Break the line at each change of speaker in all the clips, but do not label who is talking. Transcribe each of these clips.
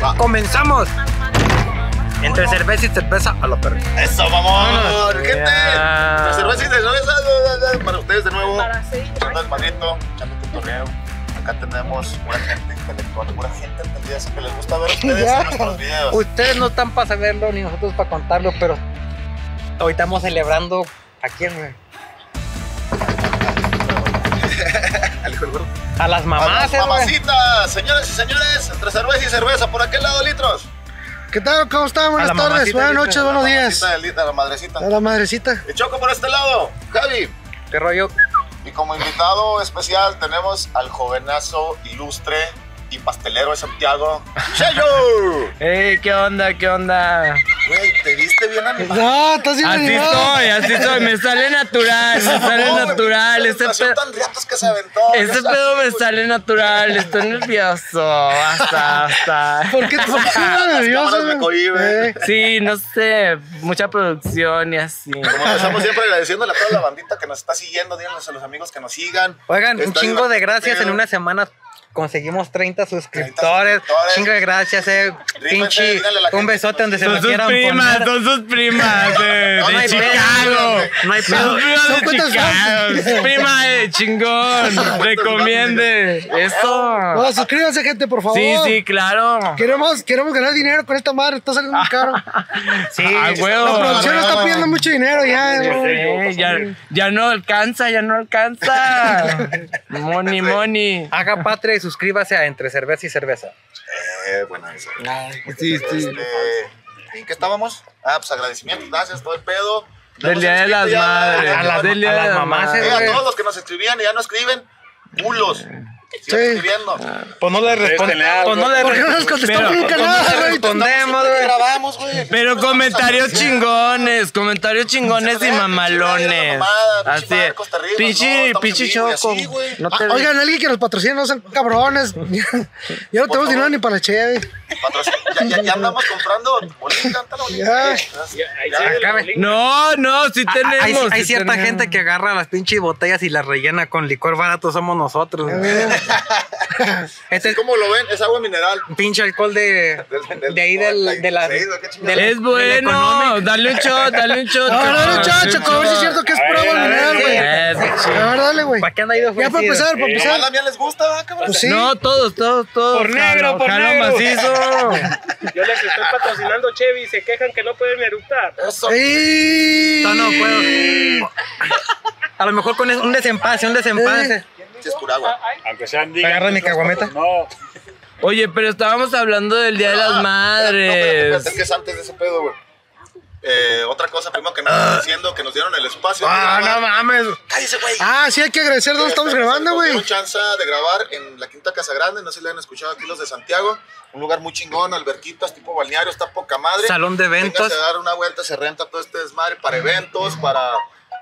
Ah,
comenzamos. Entre cerveza y cerveza a Ah. la perra.
Eso, vamos, gente.
Ah, Ya.
De cerveza y de cerveza da, da, da, para ustedes de nuevo.
Para sí.
Echando el madrito, echando el cotorreo. Acá tenemos pura gente intelectual, pura gente entendida, siempre les gusta ver a ustedes
Ya.
en nuestros videos.
Ustedes no están para saberlo ni nosotros para contarlo, pero hoy estamos celebrando a quién, güey?
Alcohol, güey.
A las
A las
mamás, eh, güey.
mamacitas, señoras y señores, entre cerveza y cerveza, por aquel lado litros.
¿Qué tal? ¿Cómo están?
A
Buenas
la
tardes,
mamacita,
buenas
dice.
noches, buenos
La
días.
mamacita del- A la madrecita.
A la madrecita.
Y Choco por este lado, Javi.
¿Qué rollo?
Y como invitado especial tenemos al jovenazo ilustre y pastelero de Santiago, Cheyo.
Eh,
Ey, ¿qué onda? ¿Qué onda?
Güey, te viste bien animado.
No, Ah, estás bien
Así
animado.
soy, así soy. Me sale natural, me sale
No,
natural.
güey,
Este
presentación
pedo,
tan riatas que se aventó.
este pedo me sale natural. Estoy nervioso. Basta, basta.
¿Por qué te pones nervioso?
cámaras me
güey?
cohiben.
Eh,
Sí, no sé. Mucha producción y así.
Como empezamos siempre agradeciéndole a toda la bandita que nos está siguiendo, díganles a los amigos que nos sigan.
Oigan, un
Está
chingo de
divertido.
gracias. En una semana conseguimos 30 suscriptores.
suscriptores.
Chingo de gracias, eh.
Rífense,
Pinche.
díganle a la
Un
gente
besote donde se
Son
me
sus
quieran
primas,
poner.
son sus primas de,
No,
de
no hay pedo,
Chicago.
No hay
Son
pedo.
Son
primas de
cuentas
Chicago.
falsas.
Prima de chingón. Recomiende. Eso.
No, suscríbanse, gente, por favor.
Sí, sí, claro.
Queremos, queremos ganar dinero con esta madre, está saliendo muy caro.
Sí,
Ah, huevo.
La producción
huevo.
nos está pidiendo mucho dinero ya.
Sí,
güey.
ya, ya no alcanza, ya no alcanza. Money, money.
Ah,
Haga patria y suscríbase a Entre Cerveza y Cerveza.
Eh, bueno, eso.
Sí, sí.
Este, ¿En qué estábamos? Ah, pues agradecimientos, gracias, todo el pedo.
Del Día de las
Ya,
Madres.
ya,
A las-
del Día
a
de
las mamás,
Eh,
eh.
a todos los que nos escribían y ya no escriben, culos.
Sí.
Sigan escribiendo.
Pues no le respondemos. Pues no le
¿Por qué no nos contestamos
Pero-
nunca
pues no
nada,
le
güey?
respondemos, güey.
grabamos, güey?
Pero comentarios chingones, comentarios chingones y
Pinche
mamalones.
mamada, pinche
Así
madre,
es.
Costa Rica, no,
Pichi,
estamos
pichi
en vivo y
choco.
así, güey.
No te
Ah, Oigan, alguien que nos patrocine, no sean cabrones. Ya no
favor.
tenemos dinero ni para la cheve.
Patrocin- Ya, ya, ya andamos comprando bolita, anta la bolita.
Ya.
Acabe.
No, no, sí tenemos.
Hay, hay
sí
cierta
tenemos.
gente que agarra las pinches botellas y las rellena con licor barato, somos nosotros. güey. este
Así como lo ven, es agua mineral.
pinche alcohol de,
Del- del
de ahí del, de la...
96, ¿o qué chingados?
del-
Es
del
bueno,
económico.
dale un shot, dale un shot.
No, no, no,
dale un
chacho, a ver si es cierto que es pura
Ay,
agua
la
mineral, güey. A
verga.
Eh, sí.
ver, dale, güey.
¿Para qué han ido
Ya para empezar, para
Nomás
empezar.
la mía les gusta, ¿verdad, cabrón?
Pues sí.
No, todos, todos, todos.
Por negro, por
jalo
negro.
macizo.
Yo les estoy patrocinando Chevy y se quejan que no pueden eructar.
Eso.
¡Ey! Eh.
No, no puedo. A lo mejor con es- un desempase, un
Eh.
desempase.
Pinches curagua.
Aunque sean
Agarra mi caguameta.
No.
Oye, pero estábamos hablando del Día de las
No,
Madres.
pero es que es antes de ese pedo, güey. Eh, otra cosa, primero que nada, diciendo que nos dieron el espacio.
Ah,
de
no
grabar.
mames.
Cállese, güey.
Ah, sí, hay que agradecer dónde estamos grabando,
Nos
güey.
dieron chance de grabar en la Quinta Casa Grande, no sé si le han escuchado aquí los de Santiago. Un lugar muy chingón, alberquitas, tipo balneario, está poca madre.
Salón de eventos.
Véngase a dar una vuelta, se renta todo este desmadre para eventos, para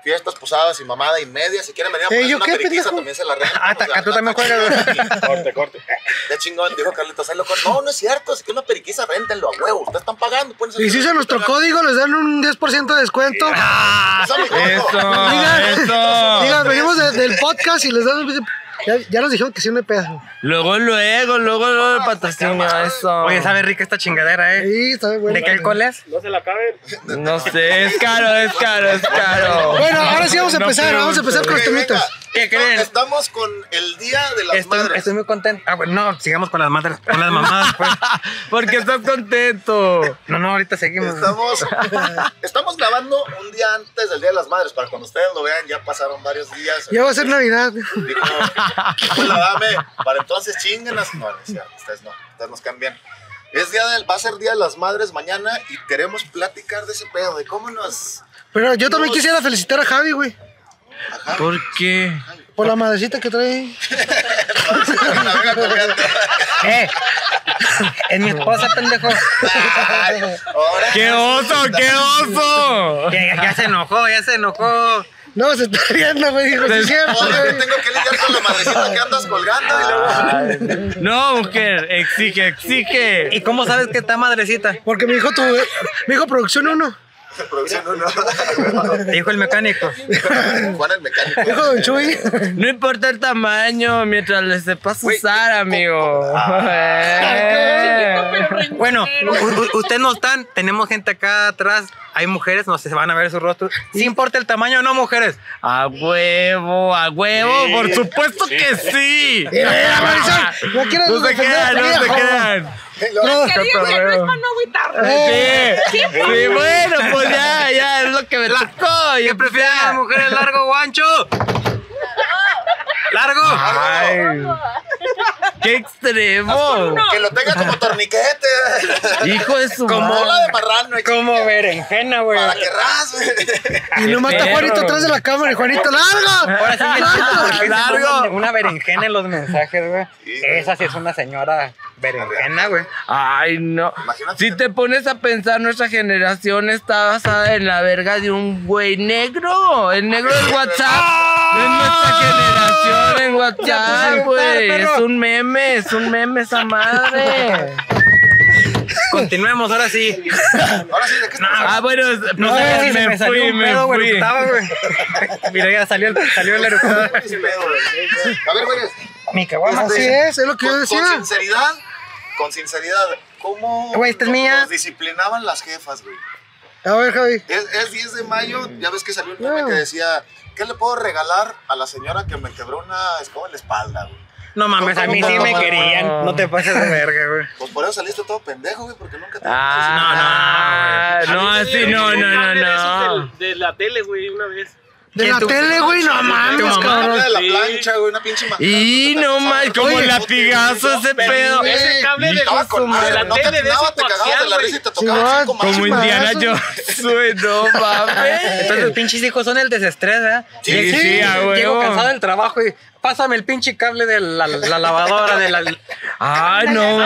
fiestas, posadas y mamada y media. Si quieren venir a
Eh,
ponerse
¿yo
una
qué,
periquiza,
pendejo?
también se la rentan.
Ah, ta-
O sea,
tú también
está
juegas,
chingón.
Corte, corte.
Ya chingón, dijo Carlitos, ahí lo corto. No, no es cierto, si quieren una periquiza, réntenlo a huevo. Ustedes están pagando. pueden hacer
Y
lo
si
que
usan nuestro
ustedes
código, les dan un 10% de descuento.
ah,
hagan. Usa mi
Ah,
código.
Eso, eso.
Digan, venimos de- del podcast y les dan un... Ya, ya nos dijeron que sí, no hay pedo.
Luego, luego, luego, luego el patrocinio, eso.
Oye, sabe rica esta chingadera, ¿eh?
Sí, está bien, bueno.
¿De qué alcohol es?
No se la caben.
No sé, es caro, es caro, es caro.
Bueno, ahora sí vamos a
No
empezar,
pregunto.
vamos a empezar con
Ok,
los
venga,
temitas.
¿Qué creen?
Estamos con el Día de las
Estoy,
Madres.
estoy muy contento. Ah, bueno, no, sigamos con las madres, con las mamadas, pues.
Porque estás contento.
No, no, ahorita seguimos.
Estamos, estamos grabando un día antes del Día de las Madres. Para cuando ustedes lo vean, ya pasaron varios días.
Ya va a ser Navidad.
Dijo, "Hola, dame. Para entonces chinguenas. No, no es cierto, ustedes no, ustedes nos cambian. Es día del- va a ser Día de las Madres mañana y queremos platicar de ese pedo, de cómo nos...
Pero yo también quisiera felicitar a Javi, güey.
Ajá,
¿Por qué?
Por la madrecita que trae.
la verga colgando.
¡Eh! Es mi esposa, pendejo.
Ahora,
¡Qué oso, qué oso!
Ya, ya- ya se enojó, ya se enojó.
No, se está riendo, güey. Dijo, sí, es cierto,
ahora yo
güey.
tengo que lidiar con la madrecita que andas colgando y
Ah.
luego...
No, mujer, exige, exige.
¿Y cómo sabes que está madrecita?
Porque me dijo tu... Me dijo producción 1.
Producción uno.
Te dijo el mecánico.
Juan el mecánico.
Dijo Don Chuy.
No importa el tamaño, mientras le sepas
Güey,
usar, amigo. Eh.
Bueno, u- u- ustedes no están, tenemos gente acá atrás, hay mujeres, no sé, se van a ver sus rostros. Si importa el tamaño o no, mujeres.
A huevo, a huevo, por supuesto que sí.
Mira, mira, Marisol, no quieres
No se
defender a tu
quedan, no
vieja,
se
joder.
quedan.
Que digan que no es para no agüitarnos.
Sí, sí, bueno, pues ya, ya es lo que me tocó.
¿Qué
Yo
prefieren las mujeres, largo o ancho? ¡Largo!
Ay, qué extremo.
Que lo tenga como torniquete.
Hijo de su
como
madre.
bola de marrano.
Como berenjena, güey.
Para que raspe.
Y nomás está
perro,
Juanito
güey.
atrás de la cámara y Juanito, ¡largo!
Ahora sí me entiendo por qué se
Largo.
ponen una berenjena en los mensajes, güey.
Sí.
Esa sí es una señora berenjena, güey.
Ay, no.
Imagínate.
Si te pones a pensar, nuestra generación está basada en la verga de un güey negro. El negro del WhatsApp. Es nuestra generación en
Ah. Ya te
WhatsApp,
sé,
güey.
perro.
Es un meme, es un meme esa madre.
Continuemos, ahora sí.
Ahora sí, ¿de qué estamos
Ah, bueno, no,
No,
sé,
sí, se
me,
Eh, me
fui,
salió un
me
pedo, güey. lo que
fui.
estaba, güey. Mira, ya salió, el- salió el eructado.
hablando? Ese pedo, güey. A ver, güeyes.
Mi caguama.
Así es, es lo que yo
Con, con
decía.
sinceridad, con sinceridad, ¿cómo
Güey, esta es
nos-
mía.
nos disciplinaban las jefas, güey?
A ver, Javi.
Es, es 10 de mayo, ya ves que salió un meme
No.
que decía, ¿qué le puedo regalar a la señora que me quebró una escoba en la espalda, güey?
No mames, pues, a mí sí me querían. No te pases de verga, güey.
Pues por eso saliste todo pendejo, güey, porque nunca te...
Ah, no, no, así no, no, no, no.
De la tele, güey, una vez.
De
¿Qué
la
tú-
tele, güey, no
Tu
mames,
mamá
cabrón.
habla de la
sí.
plancha, güey, una pinche manzana.
Y no mal, como latigazo ese pedo.
güey.
Ese cable de,
Estaba con
de
madre,
la
no te
tele de
atinaba,
ese
te cagabas de
coaxial,
la
güey.
risa y te tocaba
Sí,
cinco
como
Como
machos,
Indiana
Madrazo.
Jones, güey, no
Entonces, los
mames.
pinches hijos son el desestrés, ¿eh?
Sí, sí, a huevo.
Llego cansado del trabajo y pásame el pinche cable de la, la lavadora, de la...
Ah, no
Me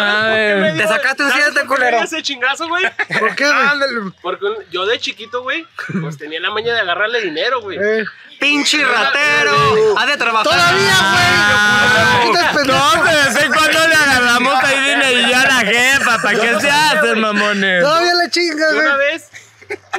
mames.
Te
dio-
sacaste un
¿sabes
siete,
por qué me
culero.
dio ese chingazo, güey?
¿Por qué, güey?
Ándale,
Porque un- yo de chiquito, güey, pues tenía la maña de agarrarle dinero, güey.
Eh,
pinche ratero. Ha de trabajar.
Todavía,
Ah,
güey.
no,
Puta, es pendejo.
pero sé cuándo le agarramos ahí dinerillo a la jefa, ¿para qué se hacen, mamones?
Todavía eh. la chinga,
Y una
güey.
vez,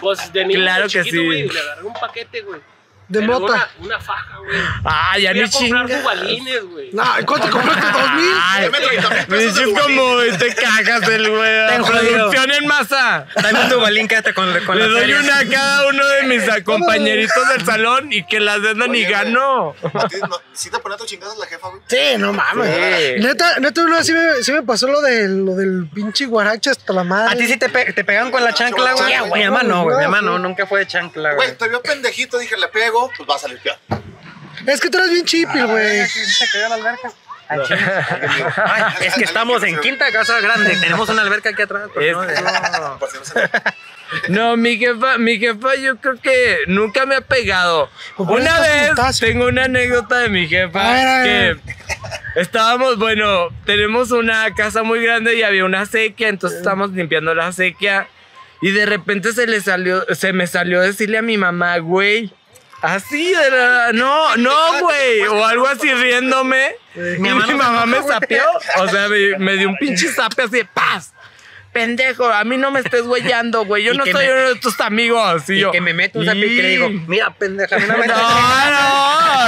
pues de niño
Claro
de
que
chiquito,
sí.
güey, le agarré un paquete, güey.
De
Pero
mota.
Una, una faja, güey.
Ah, ya
Fui
ni
a comprar
chingas.
dubalines, güey.
No, ¿cuánto compraste? ¿Dos mil?
Ay,
Deme 30,000
me
pesos de
dices como te cagas el
Ten
güey.
jodido.
Producción en masa.
Dame tu balín, quédate con, con
Le
la
doy
feria.
una a cada uno de mis a- compañeritos del salón y que las vendan y
Oye,
gano.
güey. ¿A ti no- ¿Sí te ponías tus chingados la jefa, güey?
Sí, no mames. Neta, neta, una vez sí me, sí me pasó lo del, lo del pinche guaracha hasta la madre.
A ti sí te, pe- te pegan con la chancla, güey.
Sí, güey.
Mi mamá no, güey. Mi mamá no, nunca fue de chancla, güey.
Güey, te vio pendejito, dije, le pego, pues vas a limpiar.
Es que tú eres bien chipil, güey.
Ay, es que estamos en quinta casa grande. Tenemos una alberca aquí atrás. pero
Es-
no,
Por si no se-
No, mi jefa, mi jefa yo creo que nunca me ha pegado.
Pues por
Una
eso estás
vez
putazo.
tengo una anécdota de mi jefa
A ver, a ver.
que estábamos, bueno, tenemos una casa muy grande y había una sequía, entonces estábamos limpiando la sequía y de repente se le salió, se me salió decirle a mi mamá, güey, así de la, no, no, güey, o algo así riéndome. Y mi
mamá no se
mamá me
enoja, güey.
sapeó, o sea, me, me dio un pinche sape así de paz. Pendejo, a mí no me estés güeyando, güey. Yo
Y
no
que
soy
me-
uno de tus amigos. Y,
Y
yo,
que me meto un zapi y que le digo, mira, pendeja, a mí no
No,
me estás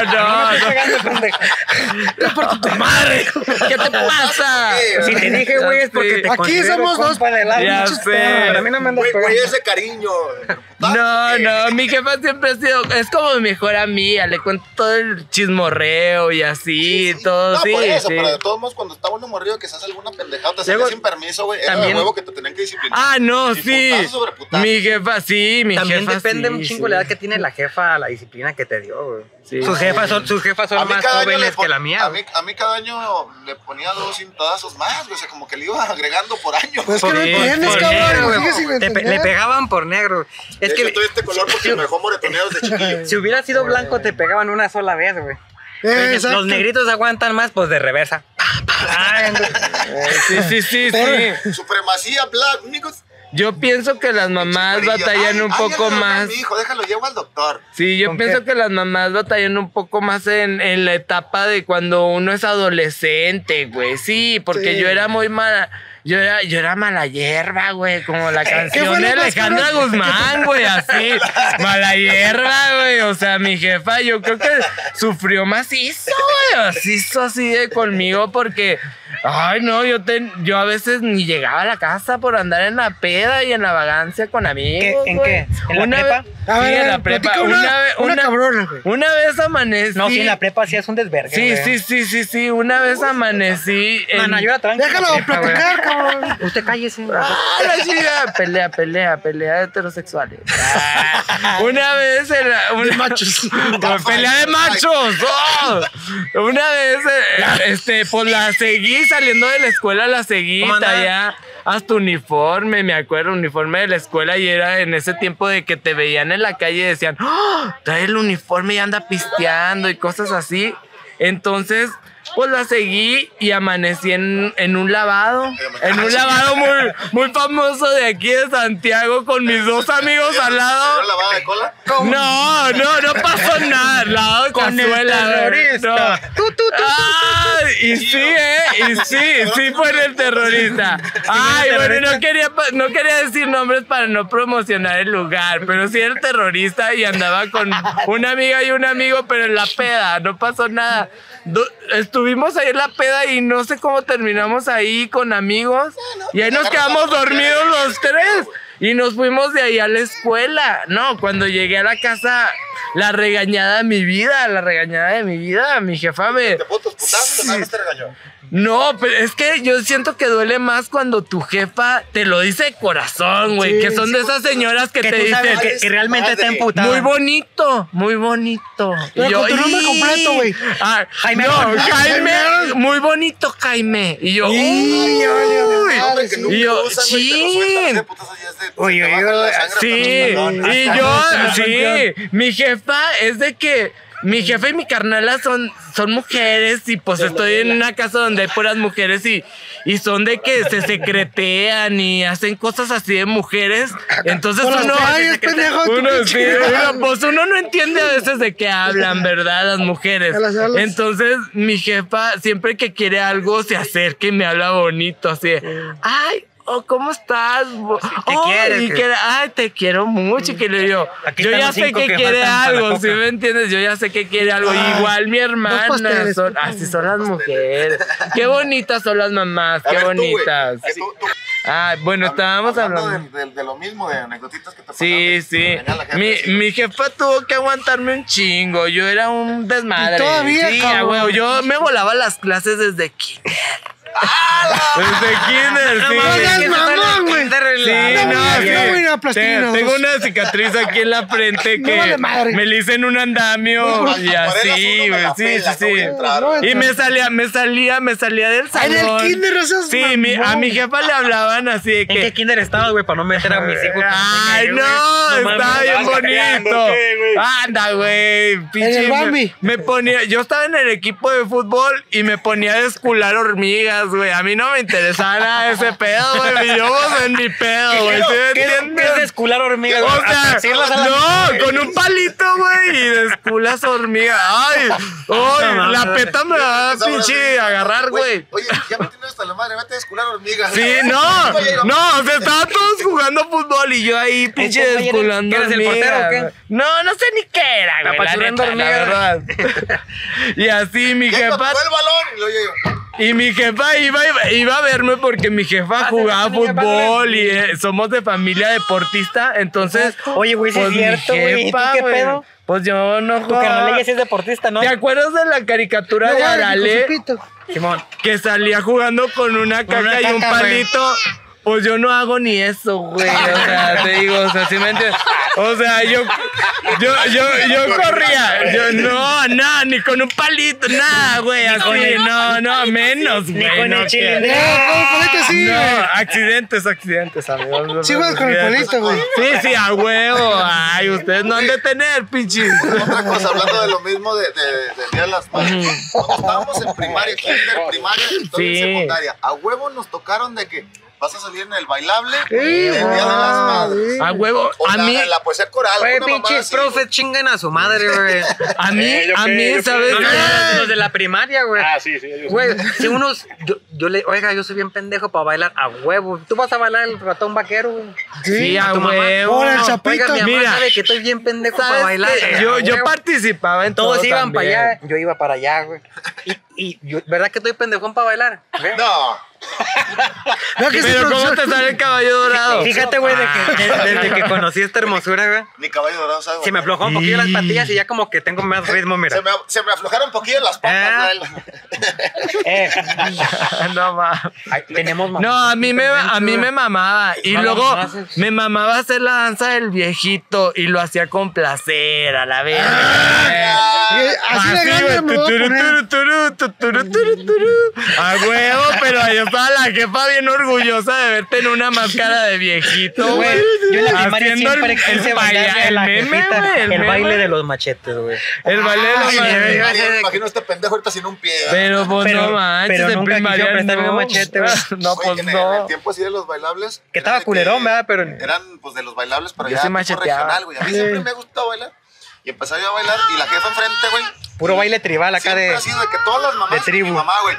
no, no.
pegando, pendeja.
madre. ¿Qué te pasa?
Si te dije, güey, es porque te
Aquí
considero
somos dos
compa del alma.
Ya
Chiste,
sé.
A mí no me andas
Güey, güey,
pegando.
ese cariño. eh,
No, no, mi jefa siempre ha sido, es como mi mejor amiga, le cuento todo el chismorreo y así, todo,
no,
sí,
por eso,
sí.
pero de todos modos, cuando estaba uno morrido, quizás alguna pendejada te salía
Luego,
sin permiso, güey. Era de
también-
huevo que te tenían que disciplinar.
Ah, no,
Y
sí.
putazo sobre putazo.
Mi jefa, sí, mi
También
jefa
depende
sí,
un
sí.
chingo la edad que tiene la jefa, la disciplina que te dio, güey.
Sí.
Sus jefas son, sus jefas son más
le
jóvenes
pon-
que la mía.
A
güey.
mí, a mí cada año le ponía dos cintazos más, güey. O sea, como que le iba agregando por año.
Pues que no
Sí,
entiendes,
por
Negro,
cabrón.
güey.
Sigue sin
Te pe- le
entender.
pegaban por negro. Es
es que
que
estoy este color porque me dejó moretoneado de chiquillo.
si hubiera sido blanco te pegaban una sola vez, güey.
Eh, exacto.
Los negritos aguantan más, pues de reversa. Ah,
Pues, Sí, sí, sí, sí.
Supremacía black, amigos.
Yo pienso que las mamás batallan un poco más.
Mi hijo, déjalo, llevo al doctor.
Sí, yo
¿Con
pienso
qué?
que las mamás batallan un poco más en, en la etapa de cuando uno es adolescente, güey. Sí, porque
Sí.
yo era muy mala. Yo era, yo era mala hierba, güey, como la
fue
canción
lo
de
más
Alejandra
caro?
Guzmán, güey, así. Mala hierba, güey. O sea, mi jefa, yo creo que sufrió macizo, güey. Macizo así de conmigo porque Ay, no, yo, te, yo a veces ni llegaba a la casa por andar en la peda y en la vagancia con amigos.
¿En qué?
güey.
¿En la
Una
prepa?
vez-
A
sí,
ver,
en la prepa.
platica
Una,
Una,
vez-
una
una-
cabrona, güey.
una vez amanecí.
No, sí, en la prepa sí es un desvergue.
Sí,
güey.
sí, sí, sí, sí. Una vez amanecí.
No,
en-
no, yo era tranquilo.
Déjalo platicar, cabrón.
Usted cállese.
¡Ah, la chida! Pelea, pelea, pelea de heterosexuales. Ah, una vez en la- una,
Machos.
Pues, pelea de machos. ¡Oh! Una vez, eh, este, pues la seguí saliendo de la escuela, la seguí
¿Cómo andaba?
ya hasta uniforme, me acuerdo, uniforme de la escuela y era en ese tiempo de que te veían en la calle y decían, ¡Ah! trae el uniforme y anda pisteando y cosas así. Entonces, pues la seguí y amanecí en, en un lavado, en un lavado muy, muy famoso de aquí de Santiago con mis dos amigos al lado.
¿Una lavada de cola?
No, no, no pasó nada. Lavado de
Con el
cazuela.
terrorista.
no. Ah, y sí, eh, y sí, sí fue en el terrorista. Ay, bueno, no quería, pa- no quería decir nombres para no promocionar el lugar, pero sí era el terrorista y andaba con una amiga y un amigo, pero en la peda, no pasó nada. Do- estuvimos ahí en la peda y no sé cómo terminamos ahí con amigos y ahí nos quedamos dormidos los tres. Y nos fuimos de ahí a la escuela. No, cuando llegué a la casa, la regañada de mi vida, la regañada de mi vida, mi jefa me...
Te puso tus putazos, nada más te regañó.
No, pero es que yo siento que duele más cuando tu jefa te lo dice de corazón, güey.
Sí,
que son
sí,
de esas señoras que,
Que
te
tú sabes
dicen...
que, que realmente
Madre.
está emputada.
Muy bonito, muy bonito.
Pero con tu nombre
¡Ih!
completo, güey.
Ah,
Jaime
no,
Arroyo.
Jaime, muy bonito, Jaime. Y yo,
Y
¡uy!
ya valió madre,
Hombre, que
sí.
nunca
Y yo,
usan, güey, te lo sueltan,
chin.
de putas así es de- se
Uy,
te
uy,
baja
uy,
la sangre hasta los
Sí,
pantalones.
y
Hasta
yo,
se me
sí,
rompió.
mi jefa es de que mi jefa y mi carnala son, son mujeres y pues estoy en una casa donde hay puras mujeres y, y son de que se secretean y hacen cosas así de mujeres. Entonces
Con las
uno...
calles, pendejo, tú
Uno,
qué
sí,
chingada.
uno, pues uno no entiende a veces de qué hablan, ¿verdad? Las mujeres.
A las- a las-
Entonces, mi jefa siempre que quiere algo se acerca y me habla bonito, así. de, Ay, oh, ¿cómo estás? bo-
te
oh,
quiere,
y
que-
que- ay, te quiero mucho. Y que le digo,
Aquí
yo
están
ya
los
sé
cinco
que,
que
quiere
faltan para la
algo,
coca.
¿sí me entiendes? Yo ya sé que quiere algo. Igual mi hermana.
pasteles,
son- así son las mujeres. Qué bonitas son las mamás,
A
qué
ver, tú, güey,
bonitas.
que tú- tú-
Ay, bueno, estábamos hablando.
de, de- de lo mismo, de anecdotitas que te
Sí,
pasaron, que
sí.
te regaña la jefa,
Mi,
así,
mi jefa tuvo que aguantarme un chingo. Yo era un desmadre.
Y todavía,
sí,
cabrón.
a huevo. Yo me volaba las clases desde kinder. desde kinder, sí.
mames,
Sí,
es que mamón,
sí,
güey.
Sí,
No,
no,
mames,
sí.
no, güey, no, plastilina,
Te- Tengo
dos.
una cicatriz aquí en la frente
No
que
vale madre.
me la hice en un andamio y
Acuarelas
así,
uno me
güey.
la
Sí, sí,
pela, no voy a
sí.
entrar.
No,
Y me salía, me salía, me salía del
En
salón.
el kinder, o sea, es
Sí, mi- a
mamón.
mi jefa le hablaban así de
¿En
que
qué kinder estabas, güey? Para no meter a mis hijos.
Ay, no, está bien bonito. Anda, güey. pinche,
el
me-
Bambi.
Me, ponía, yo estaba en el equipo de fútbol y me ponía a escular hormigas, güey. A mí no me interesaba nada de ese pedo, güey. Y Yo pues, en mi pedo, güey. ¿sí me entiendes?
es descular hormigas?
O
güey?
sea,
Asirlas a la-
no, con un palito, güey, y desculas hormiga. Ay, ay,
No, no,
la
no.
peta me va a
Esa hora
ah, pinche
de-
agarrar, güey.
Oye, ya me tienes hasta la madre, vete a escular hormigas.
Sí, no, no, se estaban todos jugando fútbol y yo ahí pinche
¿Eres-
desculando.
que eres el
hormigas,
portero o qué?
güey. No, no sé ni qué era, güey. La
Apachurrando
neta, la verdad.
hormigas.
Y así mi
¿Qué fue el
jefa,
balón? Y lo oye yo.
y mi jefa iba, iba- iba a verme porque mi
Ah,
jefa jugaba
pásale,
fútbol y eh, somos de familia deportista, entonces. pues,
Oye, güey, sí es
mi
cierto, güey. ¿Y tú
jefa,
qué
güey,
pedo?
Pues yo no
Tu carnal
jugaba.
ella sí es deportista, ¿no? pues,
¿Te acuerdas de la caricatura
No,
de
vale,
Arale?
con su pito.
Simón.
que salía jugando con una caca y un
caca, güey.
palito. Pues yo no hago ni eso, güey. O sea, te digo, o sea, si me entiendes. O sea, yo, yo, yo, yo corría. Yo, no, no, ni con un palito, nada, güey. Así, no, no, menos, güey.
con
no,
el chile.
que-
Eh, con el palito sí,
no,
güey.
accidentes, accidentes, amigos.
Sí, güey, con el
Accidentes.
palito, güey.
Sí, sí, a huevo. Ay, ustedes no han de tener, pinches.
Otra cosa, hablando de lo mismo de, de, del Día de las Madres. Cuando estábamos en primaria, kinder, primaria, y todavía
Sí.
en secundaria, a huevo nos tocaron de que vas a salir en el bailable del
Sí,
Día de las Madres.
güey.
A huevo.
O
A
la,
mí,
la poesía coral.
Güey,
una mamada
pinches
así,
profes chingan a su madre, güey.
a mí,
Eh, yo
a
qué,
mí,
yo qué.
¿sabes?
Ah, No, no, no, los de la primaria, güey.
Ah, sí, sí, ellos.
Güey, si unos. Yo, yo le. Oiga, yo soy bien pendejo para bailar a huevo. Tú vas a bailar el ratón vaquero, güey.
Sí, a
tu mamá.
huevo.
Ahora el
No,
chapito.
Oiga, mi mamá
Mira.
sabe que estoy bien pendejo para
¿Sabes
bailar.
qué?
eh,
Este, Yo,
a
yo
huevo.
participaba en todo
Todos iban para
también.
allá, yo iba para allá, güey. Y, Y yo, ¿verdad que estoy pendejón para bailar? ¿Ve?
No.
Vea que este sí,
Pero ¿cómo
producción.
te sale el caballo dorado?
Fíjate, güey, de que- desde, que conocí esta hermosura, güey.
Ni caballo dorado salgo.
Se me aflojó un poquillo las patillas y ya como que tengo más ritmo, mira.
Se me, se me aflojaron un poquillo las
Ah.
papas. Noel.
Eh,
no mames.
ay, tenemos más.
No, a mí me a mí me mamaba y
No,
luego
no, no.
me mamaba hacer la danza del viejito y lo hacía con placer a la vez.
Ah,
Ah,
Eh, Así de grande me voy a poner.
A huevo, pero ahí estaba la jefa bien orgullosa de verte en una máscara de viejito, güey.
Yo en la primaria
Haciendo
siempre quise
el,
bailar
baila-
a
el
la
meme,
jefita,
güey,
el baile
meme.
de los machetes, güey.
El baile de los
Ay,
machetes.
güey.
Imagino- Imagino este pendejo ahorita sin un pie.
Pero pues
Pero-
no manches,
pero
en
nunca quiso
primaria
prestarme
no.
un machete, güey.
No,
Güey,
pues
en el- En
no.
el tiempo así de los bailables.
Que estaba
eran de
culerón, ¿verdad? Pero-
Eran pues de los bailables, pero
Yo
ya
sí
tipo
macheteaba.
regional, güey. A mí siempre me ha gustado bailar. Y empecé yo a bailar y la jefa enfrente, güey.
Puro baile tribal acá
siempre
de.
ha sido de que todas las mamás.
de tribu.
Mi mamá, güey.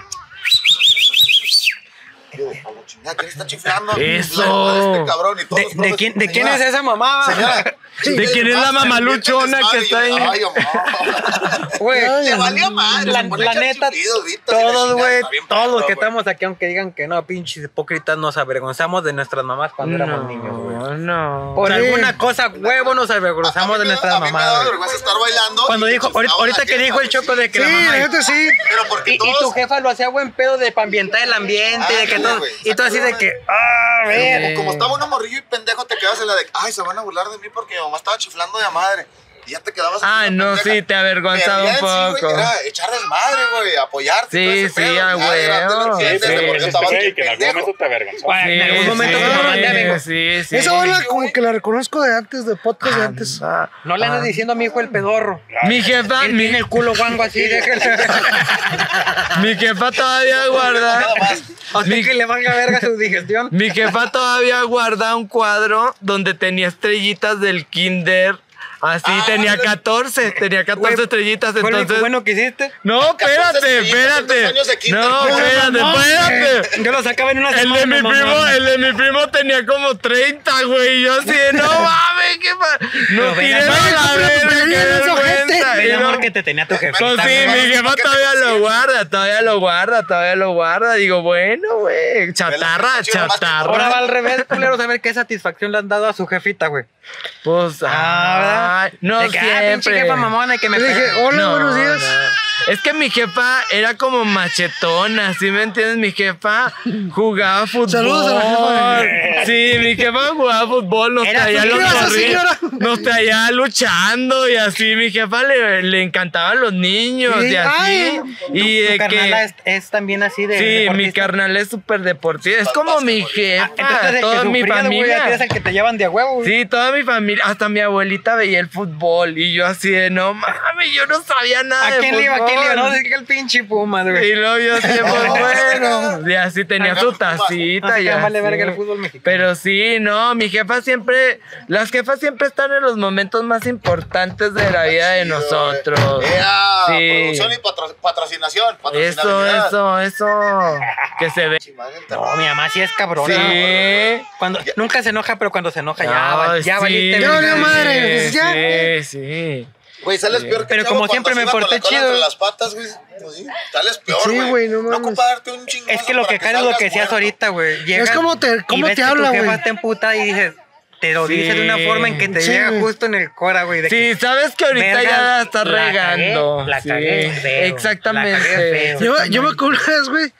Yo, a la chingada, ¿quién está chiflando?
Eso.
Este cabrón y todos
¿De,
los
de
profes,
quién, ¿De quién es
"Señora,
esa mamá?
Señora.
¿De quién es la mamaluchona que está ahí?
Ay, amor.
Güey,
Te valió madre.
La,
se pone a
la
echar
neta,
chiflidos, gritos y la
todos,
chingada,
güey,
está bien
todos los
perro, güey.
que estamos aquí, aunque digan que no, pinches hipócritas, nos avergonzamos de nuestras mamás cuando éramos niños, güey.
No, no.
Por
Sí.
alguna cosa, huevo, nos
A mí
avergonzamos de
me da-
nuestras
a mí me daba
mamás. güey.
vergüenza estar bailando.
Cuando
y
dijo,
chiflaban
ahorita, ahorita
la
que dijo
jefa,
el choco
güey,
de que
Sí,
la mamá.
la neta sí.
Pero porque
Y, y tu
todos-
jefa lo hacía buen pedo de pa' ambientar el ambiente,
Ah,
de que
sí,
todo.
güey.
Y tú así de que, "Ah, a ver.
Como, como estaba uno morrillo y pendejo, te quedabas en la de, ay, se van a burlar de mí porque mi mamá estaba chiflando de a madre. Y ya te quedabas. así,
Ah,
una
no,
pendeja.
sí, te avergonzaba
Pero ya
un
en sí, güey,
poco.
Era echar desmadre, güey, apoyarte.
Sí,
y todo ese
sí,
pedo,
a
y, ay, levanta el
huevo.
Sí,
Sí,
accidente,
sí,
porque
sí,
estabas
sí,
bien
que en algún
pendejo.
momento te avergonzó.
Bueno, en algún momento me lo mandé, amigo.
Sí, sí.
Esa bola como que la reconozco de antes, de podcast de antes.
Anda.
No le andas diciendo a mi hijo el pedorro.
Mi jefa,
Él
mi,
tiene el culo guango así, déjale.
mi jefa todavía guarda.
O sea que le valga verga su digestión.
Mi jefa todavía guarda un cuadro donde tenía estrellitas del kinder. Así,
Ah,
tenía
la-
14, tenía 14
Güey,
estrellitas,
Fue lo
entonces...
bueno que hiciste.
No, espérate,
estrellitas,
espérate.
dos años de kinder.
No, espérate, espérate.
Yo lo sacaba en una
El
semana.
de mi
mamá.
primo, el de mi primo tenía como 30, güey. y Yo así, de, no mames, qué pa... No
Pero ven
tiré a
acá,
la
compra tu
verga, qué
teoría de esos
vergüenza.
gente,
Y
El amor
no-
este. que te tenía tu jefe.
Pues sí, mi jefa todavía lo guarda, todavía lo guarda, todavía lo guarda. Digo, bueno, güey, chatarra,
Chido, más que
Ahora va
chatarra.
al revés, culero, a ver qué satisfacción le han dado a su jefita, güey.
Pues,
Ah,
ah, no
De que, ah, pinche
siempre.
jefa mamona que me
Le dije,
pega.
hola,
No,
buenos días.
no. Es que mi jefa era como machetona, ¿sí me entiendes? Mi jefa jugaba fútbol.
Saludos a la jefa
Sí, mi jefa jugaba fútbol, nos
Era
traía
su
los
jefa,
corri-
señora.
nos traía luchando y así. Mi jefa le, le encantaban los niños y,
Y-
así.
ay,
y
Tu
de
carnala
eh,
que...
es, es también así de.
Sí, mi
deportista. Ah,
carnal es súper deportivo. Es como mi jefa,
Entonces, el
toda
que
mi
sufría, güey, a ti
familia.
es el que te llevan de a huevo. güey.
Sí, toda mi familia, hasta mi abuelita veía el fútbol y yo así de, no mames, yo no sabía nada.
¿A
de
quién le iba? ¿A
fútbol".
quién le iba? No, sé que el pinche Puma, güey.
Y luego yo así, de, pues bueno, y así tenía su
No
tacita
sé
y
qué vale
así.
verga el fútbol mexicano.
Pero sí, no, mi jefa siempre, las jefas siempre están en los momentos más importantes de la vida de
Chido, eh. ah,
nosotros.
güey. Ea,
Sí.
Producción y patro- patrocinación.
Eso,
patrocinabilidad.
eso, eso, que se ve.
Sí, madre, te-
No, mi mamá sí es cabrona.
Sí.
Cuando, nunca se enoja, pero cuando se enoja ya,
Ay,
val- ya
sí,
valiste.
Ya
verga.
valió madre, pues ya.
Sí, sí.
Güey, sales peor que
Pero
Chavo
como
cuando
siempre
se
me
iba con la
porté
cola
chido.
entre las patas, güey. Pues sí, Sales peor,
Sí,
güey.
güey, no mames.
ocupa darte un chingazo
Es que lo
para
que cara es lo
salgas
que seas
muerto.
ahorita, güey. Llegas
como te-
y
cómo
ves
te
que
habla,
tu jefa
güey.
está emputada y dices, te lo dice de una
Sí.
forma en que te
Sí,
llega
güey.
justo en el cora, güey. de que,
Sí, sabes que ahorita
verga,
ya la estás
la
regando.
cagué, la
Sí,
cagué feo,
Exactamente.
la cagué feo.
Yo, yo me acuerdo una vez, güey,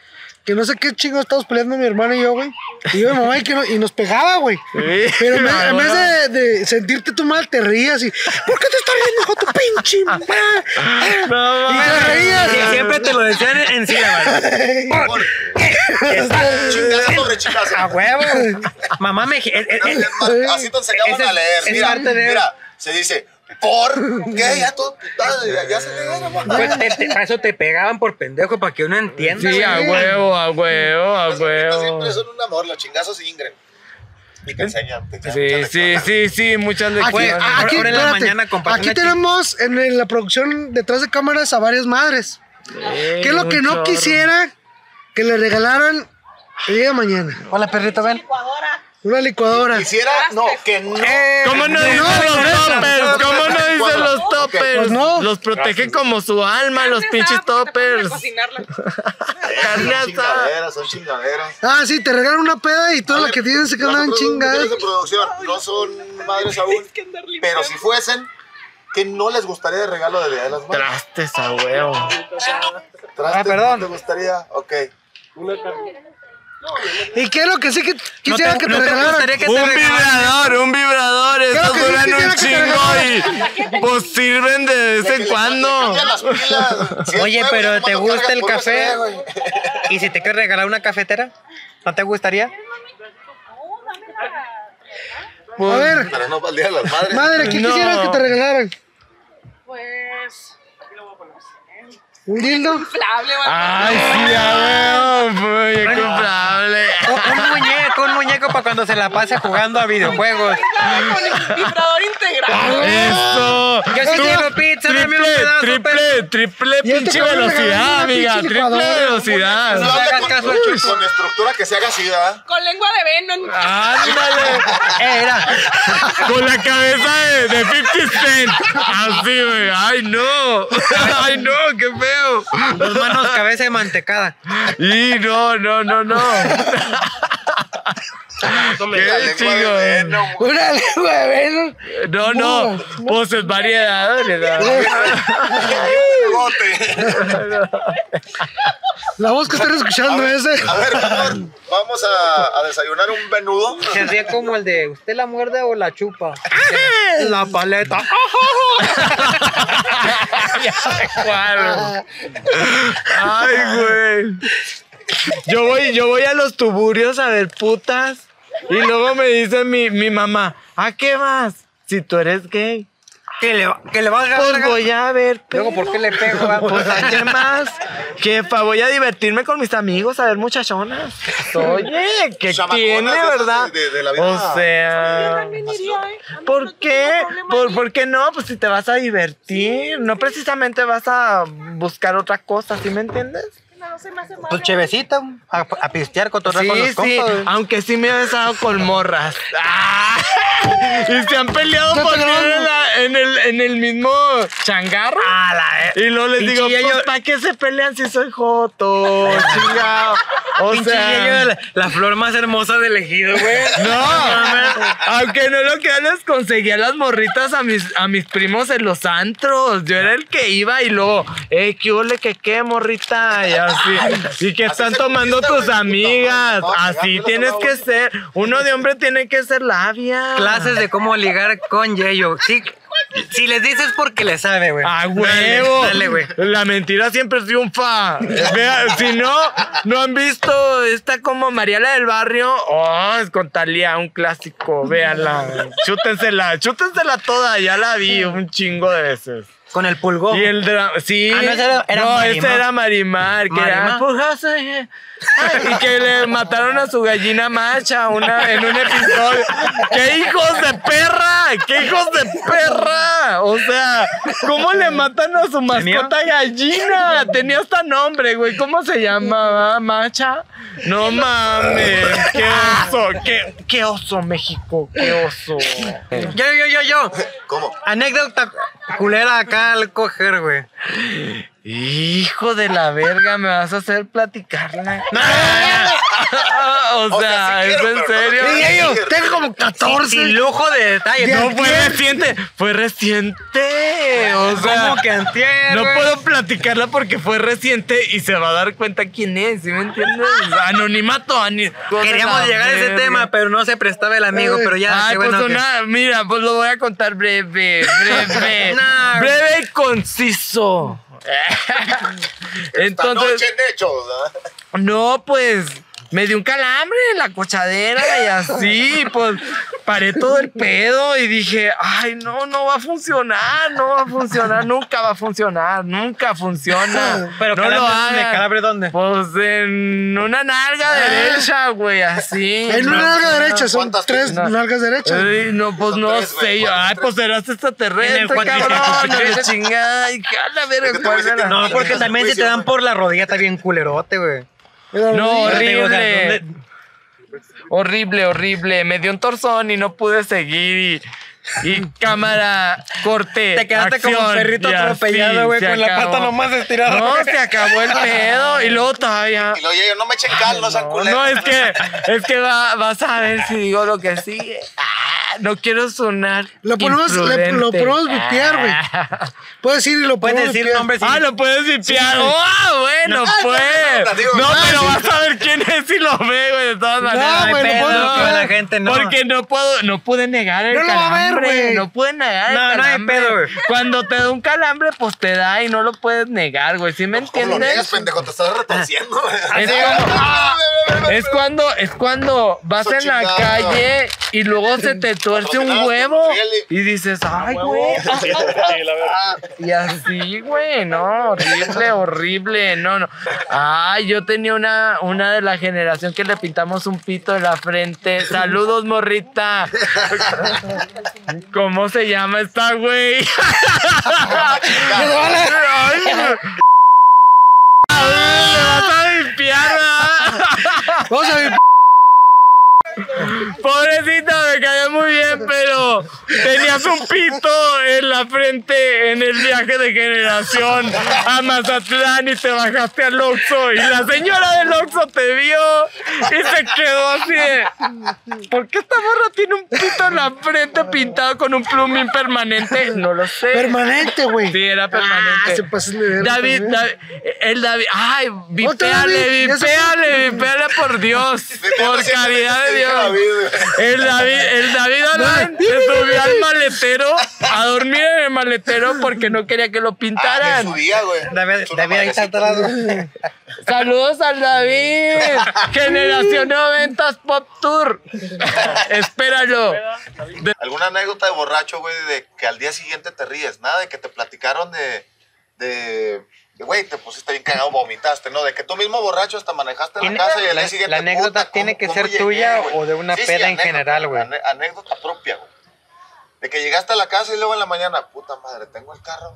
que no sé qué chingo estábamos peleando mi hermano y yo, güey. Y yo, mi mamá, y, que no- y nos pegaba, güey.
Sí,
Pero en vez,
la
en vez
verdad.
de, de sentirte tú mal, te rías y, ¿por qué te estás riendo, hijo de tu pinche mamá?
No,
Y te reías.
Sí, siempre te lo decían en, en sílabas.
Chingazo sobre chingazo.
A huevo. Mamá me... eh, eh, eh,
Así te enseñaban
Ese es-
a leer.
es
Mira,
parte de-
mira, se dice, ¿por qué? Ya todo putado, ya, ya se le da la mano.
pues, te- te- para eso te pegaban por pendejo, para que uno entienda.
Sí,
güey.
a huevo, a huevo, a
Las
oh.
niñitas
huevo.
Siempre son un amor, los chingazos Ingrid. Y te enseñan. Te
Sí, sí, sí, sí, muchas
Ah, Aquí,
lecciones.
ahora-
aquí,
ahora en la
espérate,
mañana compartí
aquí
una chi-
tenemos en el- la producción detrás de cámaras a varias madres. ¿Qué es lo que no quisiera que le regalaran el día de mañana?
Hola, perrito, ven.
Licuadora.
Una licuadora.
Quisiera, no, que no.
Eh,
¿Cómo no
no,
dicen
no,
los
no,
toppers?
no,
¿Cómo
no,
no
no,
dicen
no,
los
ok.
toppers?
Pues no.
Los protege como su alma, los
ah,
pinches toppers. carne
Son
asada.
chingaderas, son chingaderas.
Ah, sí, te regalan una peda y todas las que tienen se quedan ¿eh? en
Nosotros somos
chingas.
mujeres de producción, no son madres aún. Pero si fuesen, que no les gustaría de regalo de Día de las Madres.
Trastes a huevo.
Trastes,
Ah, perdón.
¿no ¿Te gustaría? Ok.
Una carne.
¿Y qué es lo que sí que quisiera
no te,
que te
no te
regalaran?
gustaría que te
Un
regalaran.
vibrador, un vibrador.
Claro
Estos
que sí,
duran
quisiera
un
que te
chingo y pues sirven de vez
De que
en
le-
cuando.
le cambian las pilas. Si es
Oye,
nuevo,
pero
ya nomás
¿te
lo
gusta
cargas
el
por USB,
café?
güey.
¿Y si te quieres regalar una cafetera? ¿No te gustaría?
A ver,
Pero no para el Día de las Madres.
madre, ¿qué
No.
quisieras que te regalaran?
Pues.
¿Un dildo?
Inflable, va.
Ay, sí, a huevo. Muy comprable.
Un muñeco, un muñeco para cuando se la pase jugando a videojuegos.
Con vibrador integrado.
Eso.
Yo sí
Tú-
quiero pizza, dame un
triple,
pedazo,
triple, triple
Y este
pinche
cabrón le regaló
velocidad,
una
amiga.
pinche
Triple
licuadora,
No,
No
velocidad.
le hagas
con,
caso al
con
chico.
estructura que se haga así, ¿verdad?
Con lengua de veneno.
Ándale.
Era.
Con la cabeza de, de 50 Cent. Así, güey. Ay, no. Ay, no, qué feo.
Dos manos, cabeza de mantecada.
Y no, no, no, no.
La
Qué
lengua de
chico.
veneno, güey.
Una lengua de veneno.
No, no. Pues es variedad, variedad.
Un bigote.
La voz que están escuchando ese.
A ver, amor, vamos a, a desayunar un venudo.
Se hacía como el de, ¿usted la muerde o la chupa? La paleta.
Ya sé cuál. Ay, güey. Yo voy, yo voy a los tuburios a ver putas. Y luego me dice mi, mi mamá, ¿a qué vas? Si tú eres gay.
Que le, va- que le va a
Pues
agarrar.
voy a ver.
Luego,
pedo.
¿por qué le pego? va?
Pues ¿a qué más? Jefa, voy a divertirme con mis amigos, a ver muchachonas. Oye, ¿qué
Chamaconas
tiene,
de esas
verdad?
de- de la vida.
O sea.
También iría, ¿eh? A mí no
¿Por
tengo
qué?
problema
¿Por,
ahí.
por qué no? Pues si te vas a divertir, no precisamente vas a buscar otra cosa, ¿sí me entiendes?
No, no se me hace
Pues
malo.
chevecita, a, a pistear, cotorrear con los compas. güey.
aunque sí me he besado con morras. ¡Ah! Y se han peleado por
perdón.
quedar en, la- en el, en el mismo changarro.
Ah,
e-
Y luego les
Pinche
digo,
yello.
pues, ¿para qué se pelean si soy joto? Chingado. O
Pinche
sea,
yello, la, la flor más hermosa del ejido, güey.
No, aunque no lo crean, les conseguía las morritas a mis, a mis primos en los antros. Yo era el que iba y luego, eh, qué ole, que qué, morrita, y así. Y que
Así
están
se
tomando
conquista,
tus
güey,
amigas.
puta madre. No,
Así
cagándola
tienes
sola,
que
güey.
ser. Uno de hombre tiene que ser labia.
Clases de cómo ligar con yello. Sí, si les dices porque le sabe, güey.
A
Dale,
huevo.
Dale, güey.
La mentira siempre triunfa. Vea, si no, no han visto esta como Mariela del Barrio. Oh, es con Talía, un clásico. Véanla. Chútensela, chútensela toda. Ya la vi un chingo de veces.
Con el pulgón.
Y el drama. Sí.
Oh. Ah, no, ese era- era
No,
Marimar.
ese era Marimar. Que era,
Marimar.
"Pues, ah, soy, eh". Ay, y que le mataron a su gallina macha una, en un episodio. ¡Qué hijos de perra! ¡Qué hijos de perra! O sea, ¿cómo le matan a su mascota gallina? Tenía hasta nombre, güey. ¿Cómo se llamaba? ¿Macha? No mames. ¡Qué oso! ¡Qué, qué oso, México! ¡Qué oso!
Yo, yo, yo, yo.
¿Cómo?
Anécdota culera acá al coger, güey.
Hijo de la verga, me vas a hacer platicarla. o sea,
O sea, sí
es
quiero,
en
pero no
serio.
quiero.
Y ellos, tengo como 14.
Sin lujo de detalle.
No fue reciente, fue reciente. O sea,
¿Cómo que antier,
no
güey?
puedo platicarla porque fue reciente y se va a dar cuenta quién es, ¿sí me entiendes? Anonimato, ani-
Queríamos llegar a ese
Verga.
tema, pero no se prestaba el amigo, pero ya,
Ay,
qué
pues
bueno que-
una- mira, pues lo voy a contar breve, breve.
No.
breve y conciso.
Esta
Entonces,
noche en hechos, ¿verdad?
no, pues me dio un calambre en la cochadera y así, pues paré todo el pedo y dije, ay, no, no va a funcionar, no va a funcionar, nunca va a funcionar, nunca funciona.
Pero
no
calambre,
lo
¿dónde?
hagan.
¿Calambre Ah. dónde?
Pues en una nalga derecha, güey, así.
En una
No,
nalga derecha, son
¿Cuántas?
tres
No.
nalgas derechas.
Eh,
Ay, no, pues
Son
no
tres, güey,
sé. yo,
son
ay,
tres.
pues serás
En
extraterrestre,
el cuatriciclo.
cabrón. a la chingada. Ay, a la verga,
Es que te voy a
¿cuál
decir
era?
que
No, porque también si te dan por la rodilla está bien culerote, güey.
Era
No,
horrible.
Te digo, o sea,
horrible.
¿dónde-
Horrible, horrible. Me dio un torzón y no pude seguir. Y, y cámara, corte.
Te quedaste como un
acción,
perrito
y así
atropellado, güey,
se
con la
acabó.
pata nomás estirada.
No, se acabó el pedo. Y luego todavía.
Y lo yo no me echen cal, no sean
No,
culeros.
no, es que, es que va- vas a ver si digo lo que sigue. Ah, no quiero sonar.
Lo podemos- le-
imprudente.
lo podemos vipear, güey.
Ah,
Puedes decir y lo
Puedes
podemos
decir
vipear.
nombres y-
Ah, lo puedes vipear.
Sí.
¡Ah, bueno,
Ah, no, no, no,
pues!
digo,
No,
ah,
pero
sí.
vas a ver quién es si lo ve, güey, de todas maneras.
No,
güey,
güey,
no
lo
puedo
podemos
con la
vipear.
gente, no.
Porque no puedo, no pude negar el
No lo va a ver,
calambre.
güey.
no pude negar
No, no
el
hay
calambre.
pedo, güey.
Cuando te da un calambre, pues te da y no lo puedes negar, güey. ¿Sí me
¿Cómo lo niegas,
entiendes?
pendejo? Te estás retorciendo.
Es
"Ah,
como- ah, es cuando, es cuando vas en la
Chingado.
calle y luego se te tuerce un huevo
Really?
y Ah, dices, ay, güey.
Sí, la verdad.
Y así, güey, no, horrible, horrible, no, no. Ay, yo tenía una, una de la generación que le pintamos un pito en la frente. Saludos, morrita. ¿Cómo se llama esta, güey? Ay, güey. Ay, me vas a limpiar, ¿verdad?
Vamos a vipear.
Pobrecita, me cayó muy bien, pero tenías un pito en la frente en el viaje de generación a Mazatlán y te bajaste al Oxxo y la señora del Oxxo te vio y se quedó así de, ¿Por qué esta morra tiene un pito en la frente pintado con un plumín permanente? No lo sé.
Permanente, güey.
Sí, era permanente.
Ah, se pasan de verga
David,
también.
David, el David, ay,
Otro
vipéale,
David, ya se
vipéale, vipéale por Dios, por caridad de Dios. El David, el David Alán se subió al maletero a dormir en el maletero porque no quería que lo
Ah,
pintaran.
me subía, güey.
David,
Es una
David ahí está
madrecita.
atrás.
Saludos al David, generación 90 Pop Tour. Espéralo.
¿Alguna anécdota de borracho, güey, de que al día siguiente te ríes? Nada de que te platicaron de. de. de, Güey, te pusiste bien cagado, vomitaste, ¿no? De que tú mismo borracho hasta manejaste la
Tiene-
casa y al
la-
día siguiente.
la anécdota
puta,
tiene
¿cómo-
que
cómo
ser tuya
güey?
o de una peda en general, güey.
ane- Anécdota propia, güey. De que llegaste a la casa y luego en la mañana, puta madre, tengo el carro.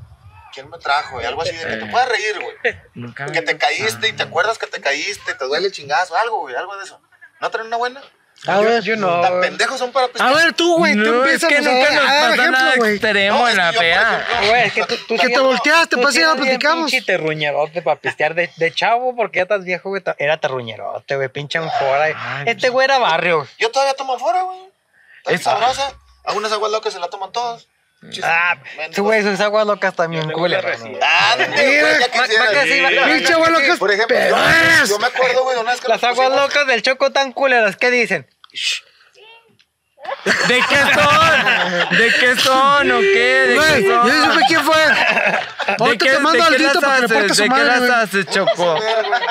¿Quién me trajo? Y algo así de que te puedas reír, güey.
Nunca
Que
me
te caíste y te acuerdas que te caíste, te duele el chingazo, algo, güey, algo de eso. ¿No traen una buena?
A ver,
Tan pendejos son para
Ah,
a ver tú, güey. Tú
No, es
empiezas
que
a
nunca nos
a dar
pasa nada
ejemplo, güey.
extremo en la peda.
Güey, es que tú, tú
Que te
sabías-
volteaste,
tú
pues, ya
sí eras bien
platicamos.
Pinche terruñerote para pistear de, de chavo, porque ya estás viejo, güey. ta- Era terruñerote, güey, pinche anfora. Este güey era barrio.
Yo todavía tomo fuera, güey.
Es-
Es sabrosa. Algunas aguas locas se la toman todos.
Ah,
Mendigos.
tú, güey, sus aguas locas también,
tengo una
culeras. ¿no?
resina.
Ándale, güey, ya
Ma-
quisiera.
ma- que sí, ma-
Pinche abuelo que es
Por ejemplo, yo,
perras.
yo me acuerdo, güey, de una vez que
Las
nos
aguas
pusimos-
locas del choco tan culeras, ¿qué dicen?
¿De qué son? ¿De qué son o qué? ¿De
Güey,
qué son?
yo supe quién fue.
¿De
Ahorita
qué-
te mando
de
al
qué
Dito
las
para que le
haces?
parta su
¿De qué
madre, güey.
las haces, Choco?